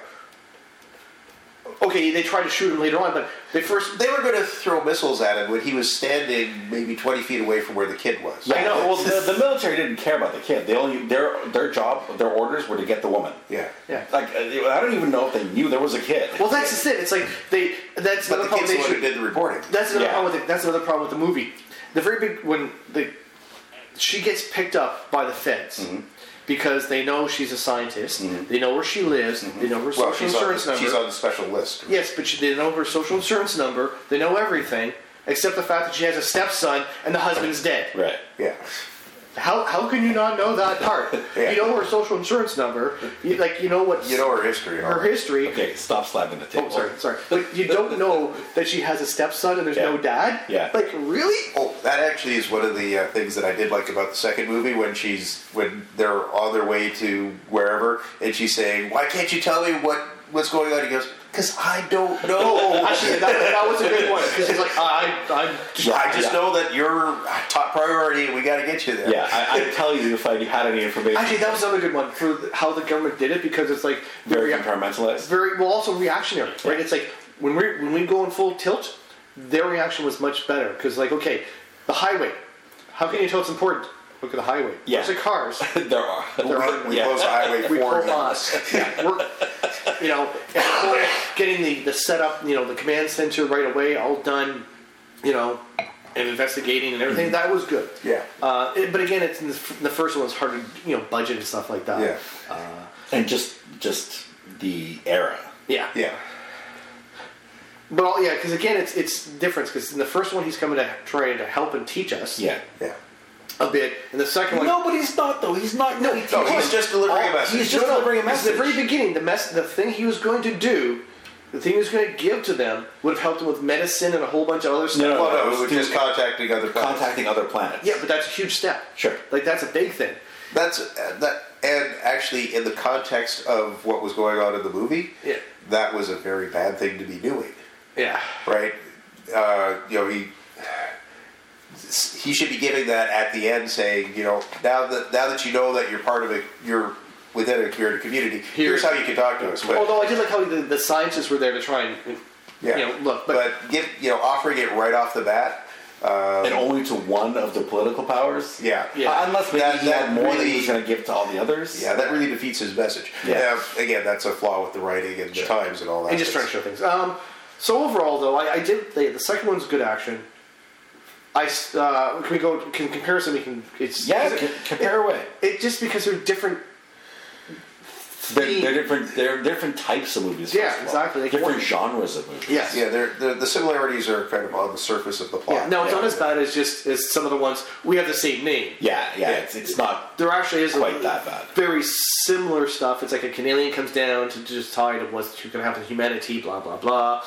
S2: Okay, they try to shoot him later on, but they first
S4: They were going to throw missiles at him when he was standing maybe 20 feet away from where the kid was.
S1: I know well the, the military didn't care about the kid they only their their job their orders were to get the woman
S4: Yeah.
S2: yeah.
S1: like uh, I don't even know if they knew there was a kid
S2: Well, that's just it. It's like they that's
S4: But
S2: another
S4: the
S2: problem.
S4: kid's the
S2: They
S4: one who
S2: should,
S4: did the reporting.
S2: that's another
S1: Yeah.
S2: problem. With the, that's another problem with the movie. The very big when the she gets picked up by the feds.
S4: Mm-hmm.
S2: Because they know she's a scientist, they know where she lives, they know her social
S4: Mm-hmm. Well, she's on,
S2: insurance
S4: the,
S2: number.
S4: she's on the special list.
S2: Yes, but she- they know her social insurance number. They know everything except the fact that she has a stepson and the husband's dead.
S1: right
S4: Yeah.
S2: How, how can you not know that part?
S4: Yeah.
S2: You know her social insurance number. You, like you know what
S4: You know her history. and all
S2: her
S4: that.
S2: history.
S1: okay stop slapping the table
S2: Oh, sorry, sorry. But you don't know that she has a stepson and there's
S1: Yeah.
S2: no dad.
S1: Yeah.
S2: Like really?
S4: Oh, that actually is one of the uh, things that I did like about the second movie when she's when they're on their way to wherever and she's saying, "Why can't you tell me what what's going on?" He goes, "Cause I don't
S1: Oh.
S4: know.
S2: Actually, that, that was a good one. She's like, I, I,
S4: I just know that your top priority Arnie, we got to get you there.
S1: Yeah, I, I'd tell you if I had any information.
S2: Actually, that was another good one for how the government did it because it's like
S1: very
S2: very,
S1: compartmentalized.
S2: very well, also reactionary, right? It's like when we when we go in full tilt, their reaction was much better because like okay, the highway, how can you tell it's important? Look at the highway.
S1: Yeah.
S2: Look at the cars.
S1: there are.
S4: Run, we
S1: Yeah.
S4: close the highway
S2: we
S4: for
S2: pull
S4: them.
S2: boss. yeah, we're, you know, and we're getting the, the setup, you know, the command center right away, all done, you know, and investigating and everything. That was good.
S4: Yeah.
S2: Uh, it- but again, it's in the, f- the first one was hard to, you know, budget and stuff like that.
S4: Yeah.
S1: And just just the era.
S2: Yeah.
S4: Yeah.
S2: But all, yeah, because again, it's it's different because in the first one he's coming to trying to help and teach us
S1: Yeah.
S4: Yeah.
S2: a bit, and the second one
S1: No, but he's not though. He's not. No,
S4: No, he's just delivering a
S1: Oh,
S4: message.
S1: he's just delivering a
S2: Because at
S1: message.
S2: the very beginning, the mess, the thing he was going to do, the thing he was going to give to them would have helped them with medicine and a whole bunch of other stuff.
S1: No, no,
S4: Well,
S1: no,
S4: no, we were
S1: it's too-
S4: just contacting other planets.
S1: contacting other planets.
S2: Yeah, but that's a huge step.
S1: Sure.
S2: Like that's a big thing.
S4: That's uh, that, and actually, in the context of what was going on in the movie,
S2: Yeah.
S4: that was a very bad thing to be doing,
S2: Yeah.
S4: right? Uh, you know, he he should be giving that at the end, saying, you know, now that now that you know that you're part of a you're within a queer community, here's how you can talk to us. But,
S2: Although I did like how the, the scientists were there to try and,
S4: yeah,
S2: you know, look, but,
S4: but, give you know, offering it right off the bat, uh,
S1: And only to one of the political powers.
S4: yeah,
S2: Yeah.
S1: Uh, unless maybe
S4: That-
S1: he had
S4: that
S1: more than
S4: really-
S1: he was going to give to all the others.
S4: yeah, that really defeats his message.
S1: Yeah.
S4: Uh, again, that's a flaw with the writing and the times and all that.
S2: and just trying to show things. Um. So overall, though, I, I did the, the second one's good action. I s- uh, can we go can comparison? We can it's
S1: Yeah,
S2: it,
S1: c- compare away.
S2: it just because they're different.
S1: They're, they're different. They're different types of movies.
S2: Yeah,
S1: first of all.
S2: exactly. Like,
S1: Different
S2: one-
S1: genres of movies.
S2: Yes.
S4: Yeah, they're, they're, the similarities are kind of on the surface of the plot.
S2: Yeah, no, it's not as bad as just as some of the ones we have the same name.
S1: Yeah, yeah. It's, it's not.
S2: There actually is a-
S1: Quite that bad.
S2: Very similar stuff. It's like a Canadian comes down to just tie to what's going to happen to humanity. Blah blah blah.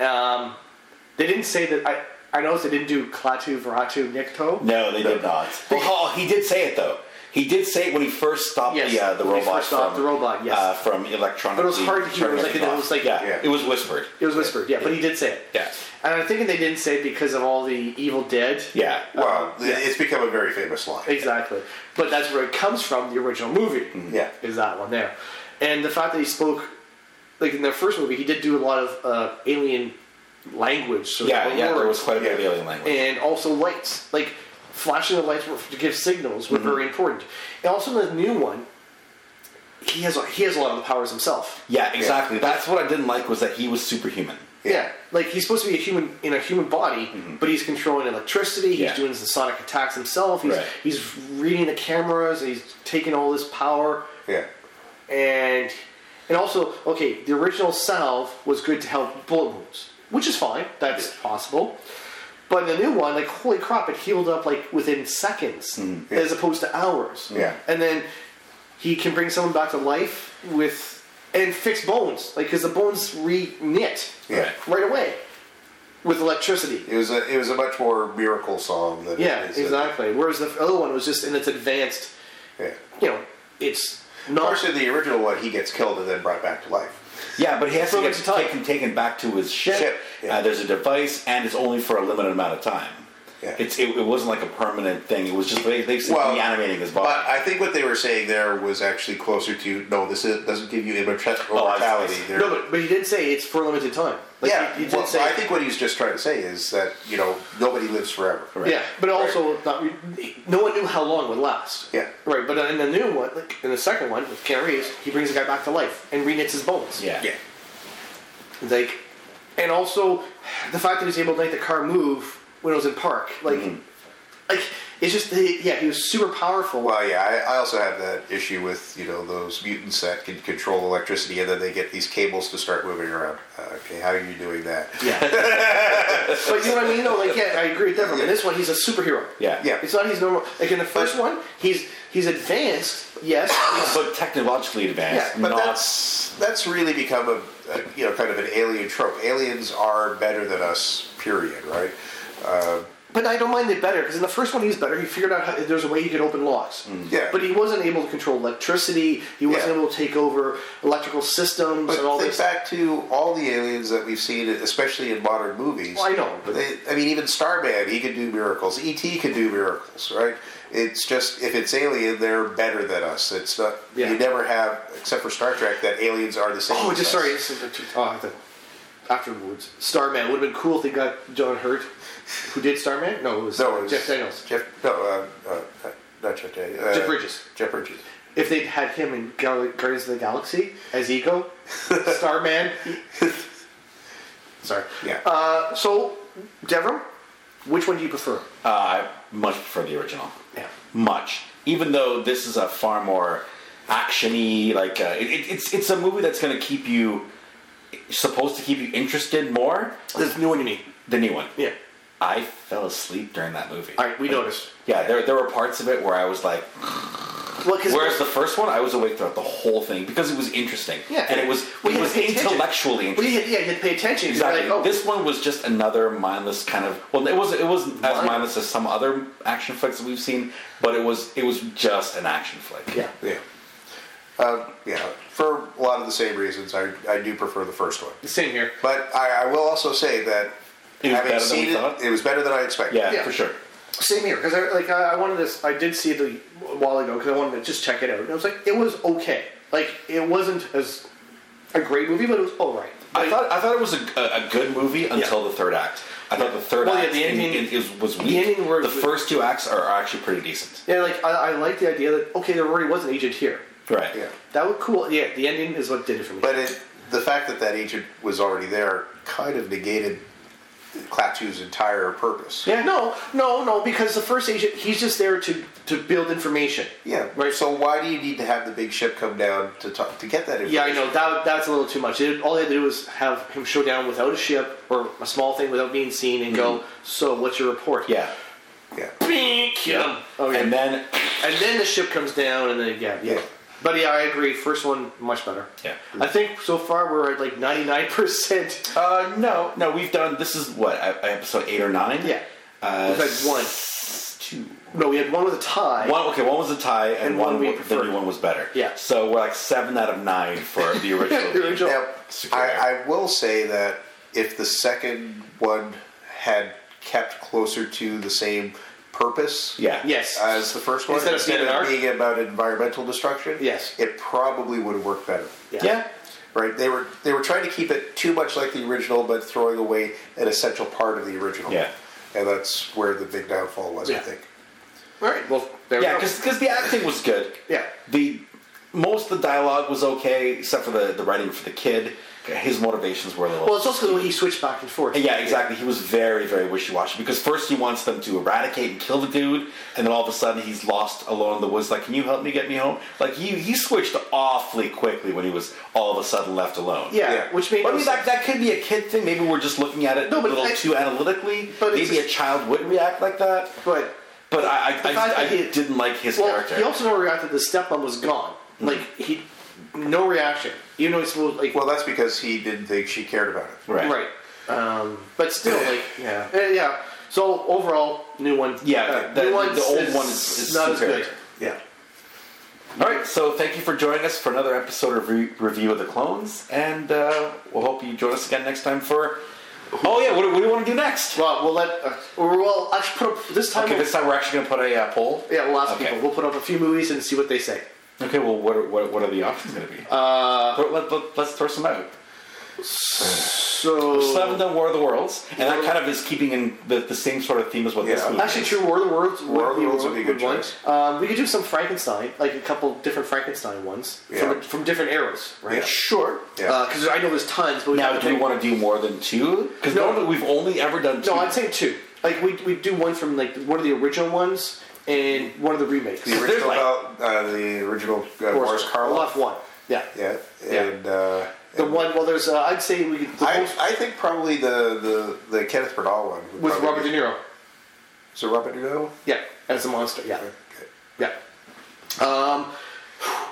S2: Um, they didn't say that. I I noticed they didn't do Klaatu, Veratu, Nikto.
S1: No, they did not. Oh, he did say it though. He did say it when he first stopped
S2: Yes,
S1: the uh, the
S2: when he
S1: robot.
S2: first stopped
S1: from,
S2: the robot, yes.
S1: uh, from electronic.
S2: But it was hard to hear, it was like- it was like-
S1: yeah,
S4: Yeah.
S1: it was whispered.
S2: It was whispered. Yeah, but he did say it.
S1: Yeah,
S2: And I'm thinking they didn't say it because of all the Evil Dead.
S1: yeah.
S4: Well, it's become a very famous line.
S2: Exactly. But that's where it comes from. The original movie.
S4: Yeah.
S2: is that one there. And the fact that he spoke, like in the first movie, he did do a lot of uh, alien language. So
S1: yeah, yeah. There was
S2: words.
S1: quite a bit of alien language.
S2: and also lights, like flashing the lights were, to give signals
S1: Mm-hmm.
S2: were very important. And also in the new one, he has he has a lot of the powers himself.
S1: Yeah, exactly. That's what I didn't like was that he was superhuman.
S2: Yeah. like he's supposed to be a human in a human body, but he's controlling electricity. He's
S1: Mm-hmm. Yeah.
S2: doing the sonic attacks himself. He's
S1: Right.
S2: he's reading the cameras. And he's taking all this power.
S4: Yeah.
S2: and and also okay the original salve was good to help bullet wounds which is fine that's possible but the new one like holy crap it healed up like within seconds as opposed to hours
S4: Mm, Yeah.
S2: and then he can bring someone back to life with and fix bones like because the bones re-knit
S4: Yeah.
S2: right away with electricity
S4: It was a it was a much more miracle song than
S2: yeah
S4: it is a-
S2: exactly whereas the other one was just in its advanced
S4: yeah.
S2: you know it's
S4: Of
S2: not
S4: course, in the original one, he gets killed and then brought back to life.
S1: Yeah, but he has to
S2: For
S1: get
S2: a time.
S1: taken, taken back to his ship.
S4: Ship, yeah.
S1: Uh, there's a device, and it's only for a limited amount of time.
S4: Yeah.
S1: It's it, it wasn't like a permanent thing. It was just they they
S4: Well,
S1: reanimating his body.
S4: But I think what they were saying there was actually closer to no, this is, doesn't give you immortal-
S1: I see.
S4: immortality. There-
S2: no but, but he did say it's for a limited time Like,
S4: yeah,
S2: he, he did
S4: well,
S2: say
S4: I think what he was just trying to say is that you know nobody lives forever.
S2: Yeah, but also not re- no one knew how long it would last.
S4: Yeah.
S2: right. But in the new one, like in the second one with Keanu Reeves, he brings the guy back to life and reknits his bones.
S1: yeah.
S4: Yeah.
S2: like, and also the fact that he was able to make the car move when it was in park, like,
S4: Mm-hmm.
S2: like it's just the, yeah, he was super powerful.
S4: Well, yeah, I, I also have that issue with you know those mutants that can control electricity, and then they get these cables to start moving around. Uh, okay, how are you doing that?
S2: Yeah, but you know what I mean? Though, like, yeah, I agree with that. But in this one, he's a superhero.
S1: Yeah.
S4: Yeah.
S2: it's not his normal. Like in the first one, he's he's advanced. Yes,
S1: But technologically
S4: Yeah,
S1: advanced,
S4: but
S1: not
S4: that's that's really become a, a you know kind of an alien trope. Aliens are better than us, period. Right? Uh,
S2: But I don't mind it better because in the first one he was better. He figured out how, there's a way he could open locks.
S4: Yeah.
S2: But he wasn't able to control electricity. He wasn't
S4: Yeah.
S2: able to take over electrical systems
S4: But
S2: and all
S4: think
S2: this.
S4: back to all the aliens that we've seen, especially in modern movies.
S2: Well, I know, but-
S4: they, I mean, even Starman, he could do miracles. ET could do miracles, right? It's just if it's alien, they're better than us. It's not.
S2: Yeah.
S4: You never have, except for Star Trek, that aliens are the same.
S2: Oh,
S4: as
S2: just
S4: us.
S2: sorry. this is- Oh, I thought- afterwards, Starman would have been cool if they got John Hurt, who did Starman. No, it was,
S4: No, it was
S2: Jeff Daniels.
S4: Jeff, no, uh, uh, not Jeff Daniels. Uh,
S2: Jeff Bridges.
S4: Jeff Bridges.
S2: If they'd had him in Gal- Guardians of the Galaxy as Ego, Starman. sorry.
S4: Yeah.
S2: Uh, so, Devram, which one do you prefer?
S1: Uh, I much prefer the original.
S2: Yeah.
S1: Much, even though this is a far more actiony. Like uh, it, it- it's it's a movie that's going to keep you supposed to keep you interested more.
S2: This new one you mean?
S1: The new one.
S2: Yeah.
S1: I fell asleep during that movie.
S2: All right, we noticed.
S1: Yeah, there, there were parts of it where I was like,
S2: Well, because
S1: Whereas the first one, I was awake throughout the whole thing because it was interesting.
S2: Yeah.
S1: And it was
S2: We
S1: it
S2: had
S1: was
S2: to pay attention.
S1: intellectually
S2: well,
S1: interesting.
S2: you had, yeah, you had to pay attention. You're
S1: Exactly.
S2: Like, oh,
S1: This one was just another mindless kind of. Well, it was it wasn't as
S2: Mind-
S1: mindless as some other action flicks that we've seen, but it was it was just an action flick.
S2: Yeah.
S4: Yeah. Um, yeah. For a lot of the same reasons, I, I do prefer the first one.
S2: Same here.
S4: But I, I will also say that
S1: It was better
S4: having
S1: than
S4: seen
S1: we
S4: it,
S1: thought?
S4: it was better than I expected.
S1: yeah,
S2: Yeah.
S1: for sure.
S2: Same here, because I like I I wanted this. I did see it a while ago because I wanted to just check it out. And I was like, it was okay. Like it wasn't as a great movie, but it was all right.
S1: I thought I thought it was a, a, a good movie until the third act. I thought the third
S2: Well, yeah,
S1: act
S2: the
S1: in-
S2: ending-
S1: in- is, was weak.
S2: ending were-
S1: the first two acts are, are actually pretty decent.
S2: Yeah, like I, I like the idea that okay, there already was an agent here.
S1: Right.
S4: Yeah.
S2: That was cool. Yeah, the ending is what did it for me.
S4: But it, the fact that that agent was already there kind of negated Klaatu's entire purpose.
S2: yeah, no, no, no, because the first agent he's just there to to build information.
S4: Yeah.
S2: Right.
S4: So why do you need to have the big ship come down to talk, to get that information?
S2: Yeah, I know that that's a little too much. It, all they had to do was have him show down without a ship or a small thing without being seen and go. So, what's your report?
S1: Mm-hmm. Yeah. Oh,
S4: Yeah.
S2: Bink, kill him. Okay.
S1: And then
S2: And then the ship comes down, and then yeah, yeah.
S4: Yeah.
S2: But yeah, I agree. First one much better.
S1: Yeah.
S2: I think so far we're at like ninety nine percent.
S1: Uh, no, no, we've done. This is what e- episode eight or nine.
S2: Yeah.
S1: uh,
S2: We've had one.
S1: s- two.
S2: No, we had one with a tie.
S1: One okay, one was a tie, and,
S2: And
S1: one,
S2: one we
S1: wa- the
S2: preferred.
S1: new one was better.
S2: Yeah.
S1: so we're like seven out of nine for the
S2: The
S1: original.
S2: original-
S4: Now,
S1: Secure.
S4: I, I will say that if the second one had kept closer to the same purpose
S1: yeah,
S2: Yes.
S4: as the first one,
S2: Instead of being an arc?
S4: being about environmental destruction,
S2: Yes.
S4: it probably would have worked better.
S2: yeah.
S1: yeah.
S4: Right? They were they were trying to keep it too much like the original, but throwing away an essential part of the original.
S1: Yeah.
S4: and that's where the big downfall was,
S2: Yeah.
S4: I think.
S2: All right. Well, there
S1: Yeah,
S2: we go.
S1: because the acting was good.
S2: Yeah.
S1: The most of the dialogue was okay, except for the, the writing for the kid. His motivations were a little.
S2: Well, it's also the way he switched back and forth.
S1: yeah, exactly. He was very, very wishy-washy because first he wants them to eradicate and kill the dude, and then all of a sudden he's lost alone in the woods. Like, can you help me get me home? Like, he he switched awfully quickly when he was all of a sudden left alone.
S2: Yeah,
S4: Yeah.
S2: Which made
S1: But I
S2: no
S1: mean, that,
S2: sense.
S1: that could be a kid thing. Maybe we're just looking at it
S2: No,
S1: a
S2: but
S1: little
S2: I-
S1: too analytically.
S2: but it's
S1: Maybe a
S2: just-
S1: child wouldn't react like that.
S2: But
S1: But I, I,
S2: The
S1: I,
S2: fact
S1: I
S2: that he-
S1: didn't like his
S2: well,
S1: character.
S2: he also never reacted. The stepmom was gone.
S1: Mm-hmm.
S2: Like he, no reaction. Even though he's supposed like
S4: Well, that's because he didn't think she cared about it.
S1: right.
S2: right. Um, but still, like yeah, Eh, yeah. So overall, new one.
S1: Yeah,
S2: Uh,
S1: the,
S2: new
S1: the old one is, is
S2: not as
S1: superior.
S2: good.
S4: Yeah.
S1: All right, so thank you for joining us for another episode of re- Review of the Clones, and uh, we'll hope you join us again next time for. Oh yeah, what, do- what do you want to do next?
S2: Well, we'll let. Uh, or we'll actually put up this time.
S1: Okay,
S2: we'll-
S1: this time we're actually going to put a uh, poll.
S2: yeah, we'll ask
S1: Okay.
S2: people. We'll put up a few movies and see what they say.
S1: Okay, well, what are, what, what are the options going to be? Uh, let, let, us throw some out.
S2: So
S1: Still haven't done War of the Worlds, and that kind of is keeping in the, the same sort of theme as what this
S4: Yeah.
S1: movie
S2: actually,
S1: is.
S2: true. War of the Worlds.
S4: War of the Worlds would be a good
S2: one.
S4: choice.
S2: Um, we could do some Frankenstein, like a couple different Frankenstein ones
S4: Yeah.
S2: from, from different eras, right?
S4: Yeah.
S1: Sure.
S4: Yeah.
S2: Because I know there's tons, but we
S1: Now,
S2: have
S1: do we
S2: pick-
S1: want to do more than two? Because
S2: No.
S1: normally we've only ever done two.
S2: No, I'd say two. Like we we do one from like one of the original ones and one of the remakes.
S4: the
S1: there's
S4: original,
S1: like-
S4: about, uh, the original uh, Boris Karloff.
S2: Left one. Yeah.
S4: Yeah,
S2: Yeah.
S4: and uh,
S2: The one. Well, there's. Uh, I'd say we could. The
S4: I,
S2: most-
S4: I think probably the, the, the Kenneth Bernal one would
S2: with
S4: probably
S2: Robert
S4: be-
S2: De Niro.
S4: So Robert De Niro.
S2: Yeah, as a monster. Yeah,
S4: Okay.
S2: yeah. Um,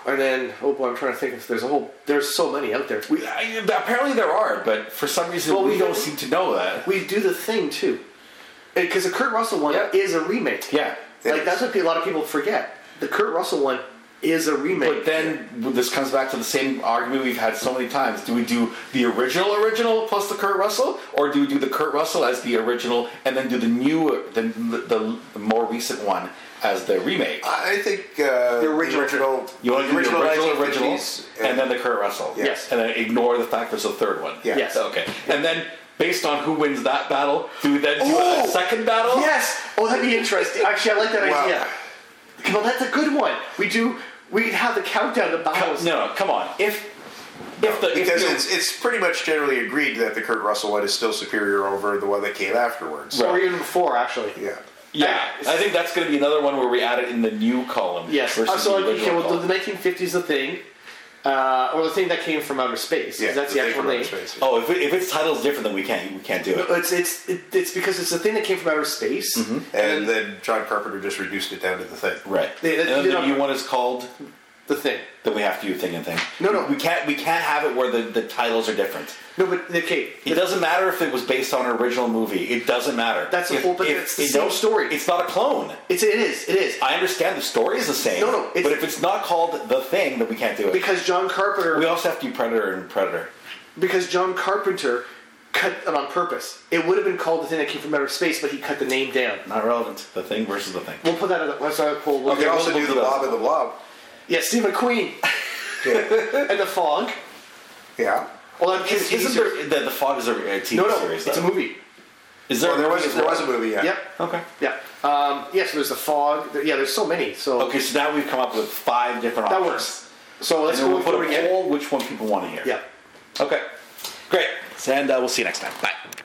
S2: and then oh boy, I'm trying to think if there's a whole. There's so many out there. We
S1: We, I, apparently there are, but for some reason
S2: Well,
S1: we,
S2: we-
S1: don't seem to know that.
S2: we do the thing too. Because the Kurt Russell one
S7: Yeah.
S2: is a remake.
S1: Yeah.
S2: Like,
S4: It
S2: that's what pe- a lot of people forget. The Kurt Russell one is a remake.
S1: But then this comes back to the same argument we've had so many times. Do we do the original original plus the Kurt Russell, or do we do the Kurt Russell as the original and then do the new, the, the, the more recent one as the remake?
S4: I think uh, the
S2: original.
S4: original,
S1: You want to do the original
S4: 1950s
S1: original
S4: and,
S1: and then the Kurt Russell.
S2: Yes.
S1: And then ignore the fact there's a third one.
S4: Yeah. Yes.
S1: Okay. And then based on who wins that battle, do we then do a
S2: Oh!
S1: second battle?
S2: Yes! Oh, that'd be interesting. Actually, I like that
S4: Wow.
S2: idea. Well, that's a good one. We do. We have the countdown to
S1: Come,
S2: battles.
S1: no, no, come on. If if the if
S4: because
S1: the-
S4: it's, it's pretty much generally agreed that the Kurt Russell one is still superior over the one that came afterwards.
S2: Or even before, actually.
S4: Yeah.
S1: yeah, I think that's going to be another one where we add it in the new column.
S2: Yes.
S1: versus
S2: Uh, so
S1: the
S2: I think
S1: original
S2: okay, well,
S1: column.
S2: the 1950s the thing, uh, or the thing that came from outer space. 'cause
S4: Yeah,
S2: that's
S4: the
S2: the,
S4: thing
S2: actual
S4: from outer
S2: name.
S4: space.
S1: Oh, if, it, if its title's different, then we can't we can't do
S2: No,
S1: it.
S2: It's it's it, it's because it's the thing that came from outer space.
S4: And then John Carpenter just reduced it down to the thing.
S1: Right.
S2: They-
S1: and then
S2: you
S1: the
S2: know-
S1: new one is called.
S2: The thing.
S1: Then we have to do thing and thing.
S2: No, no.
S1: we can't. We can't have it where the, the titles are different.
S2: No, but okay.
S1: It doesn't matter if it was based on an original movie. It doesn't matter.
S2: That's the
S1: If-
S2: whole- but
S1: if-
S2: it's the
S1: it
S2: same
S1: don't-
S2: story.
S1: It's not a clone.
S2: It's it is it is
S1: I understand the story is the same.
S2: No, no, it's-
S1: but if it's not called the thing, then we can't do it.
S2: because John Carpenter
S1: we also have to do Predator and Predator.
S2: because John Carpenter cut it on purpose. It would have been called the thing that came from outer space, but he cut the name down.
S1: Not relevant. The thing versus the thing.
S2: We'll put that on the website poll. We'll
S4: You can
S2: we'll-
S4: also
S1: we'll
S4: do
S1: do
S4: the
S1: that.
S4: Blob and the Blob.
S2: yeah, Steve McQueen and the fog.
S4: Yeah.
S2: Well, I'm
S1: Is,
S2: kidding.
S1: isn't there the, the fog is a, a TV
S2: no, no,
S1: series?
S2: it's a
S1: though.
S2: movie.
S1: Is there?
S4: Well, there
S1: movie
S4: was
S1: as
S4: there
S1: well?
S4: was a movie. Yeah.
S2: Yep.
S1: Okay.
S2: Yeah. Um, yeah. So there's the fog. There- Yeah. There's so many. So
S1: Okay, so now we've come up with five different
S2: that
S1: options.
S2: works. So
S1: And
S2: let's
S1: then
S2: go
S1: we'll put
S2: forward
S1: a
S2: again.
S1: poll which one people want to hear.
S2: Yeah.
S1: Okay. Great. And uh, we'll see you next time. Bye.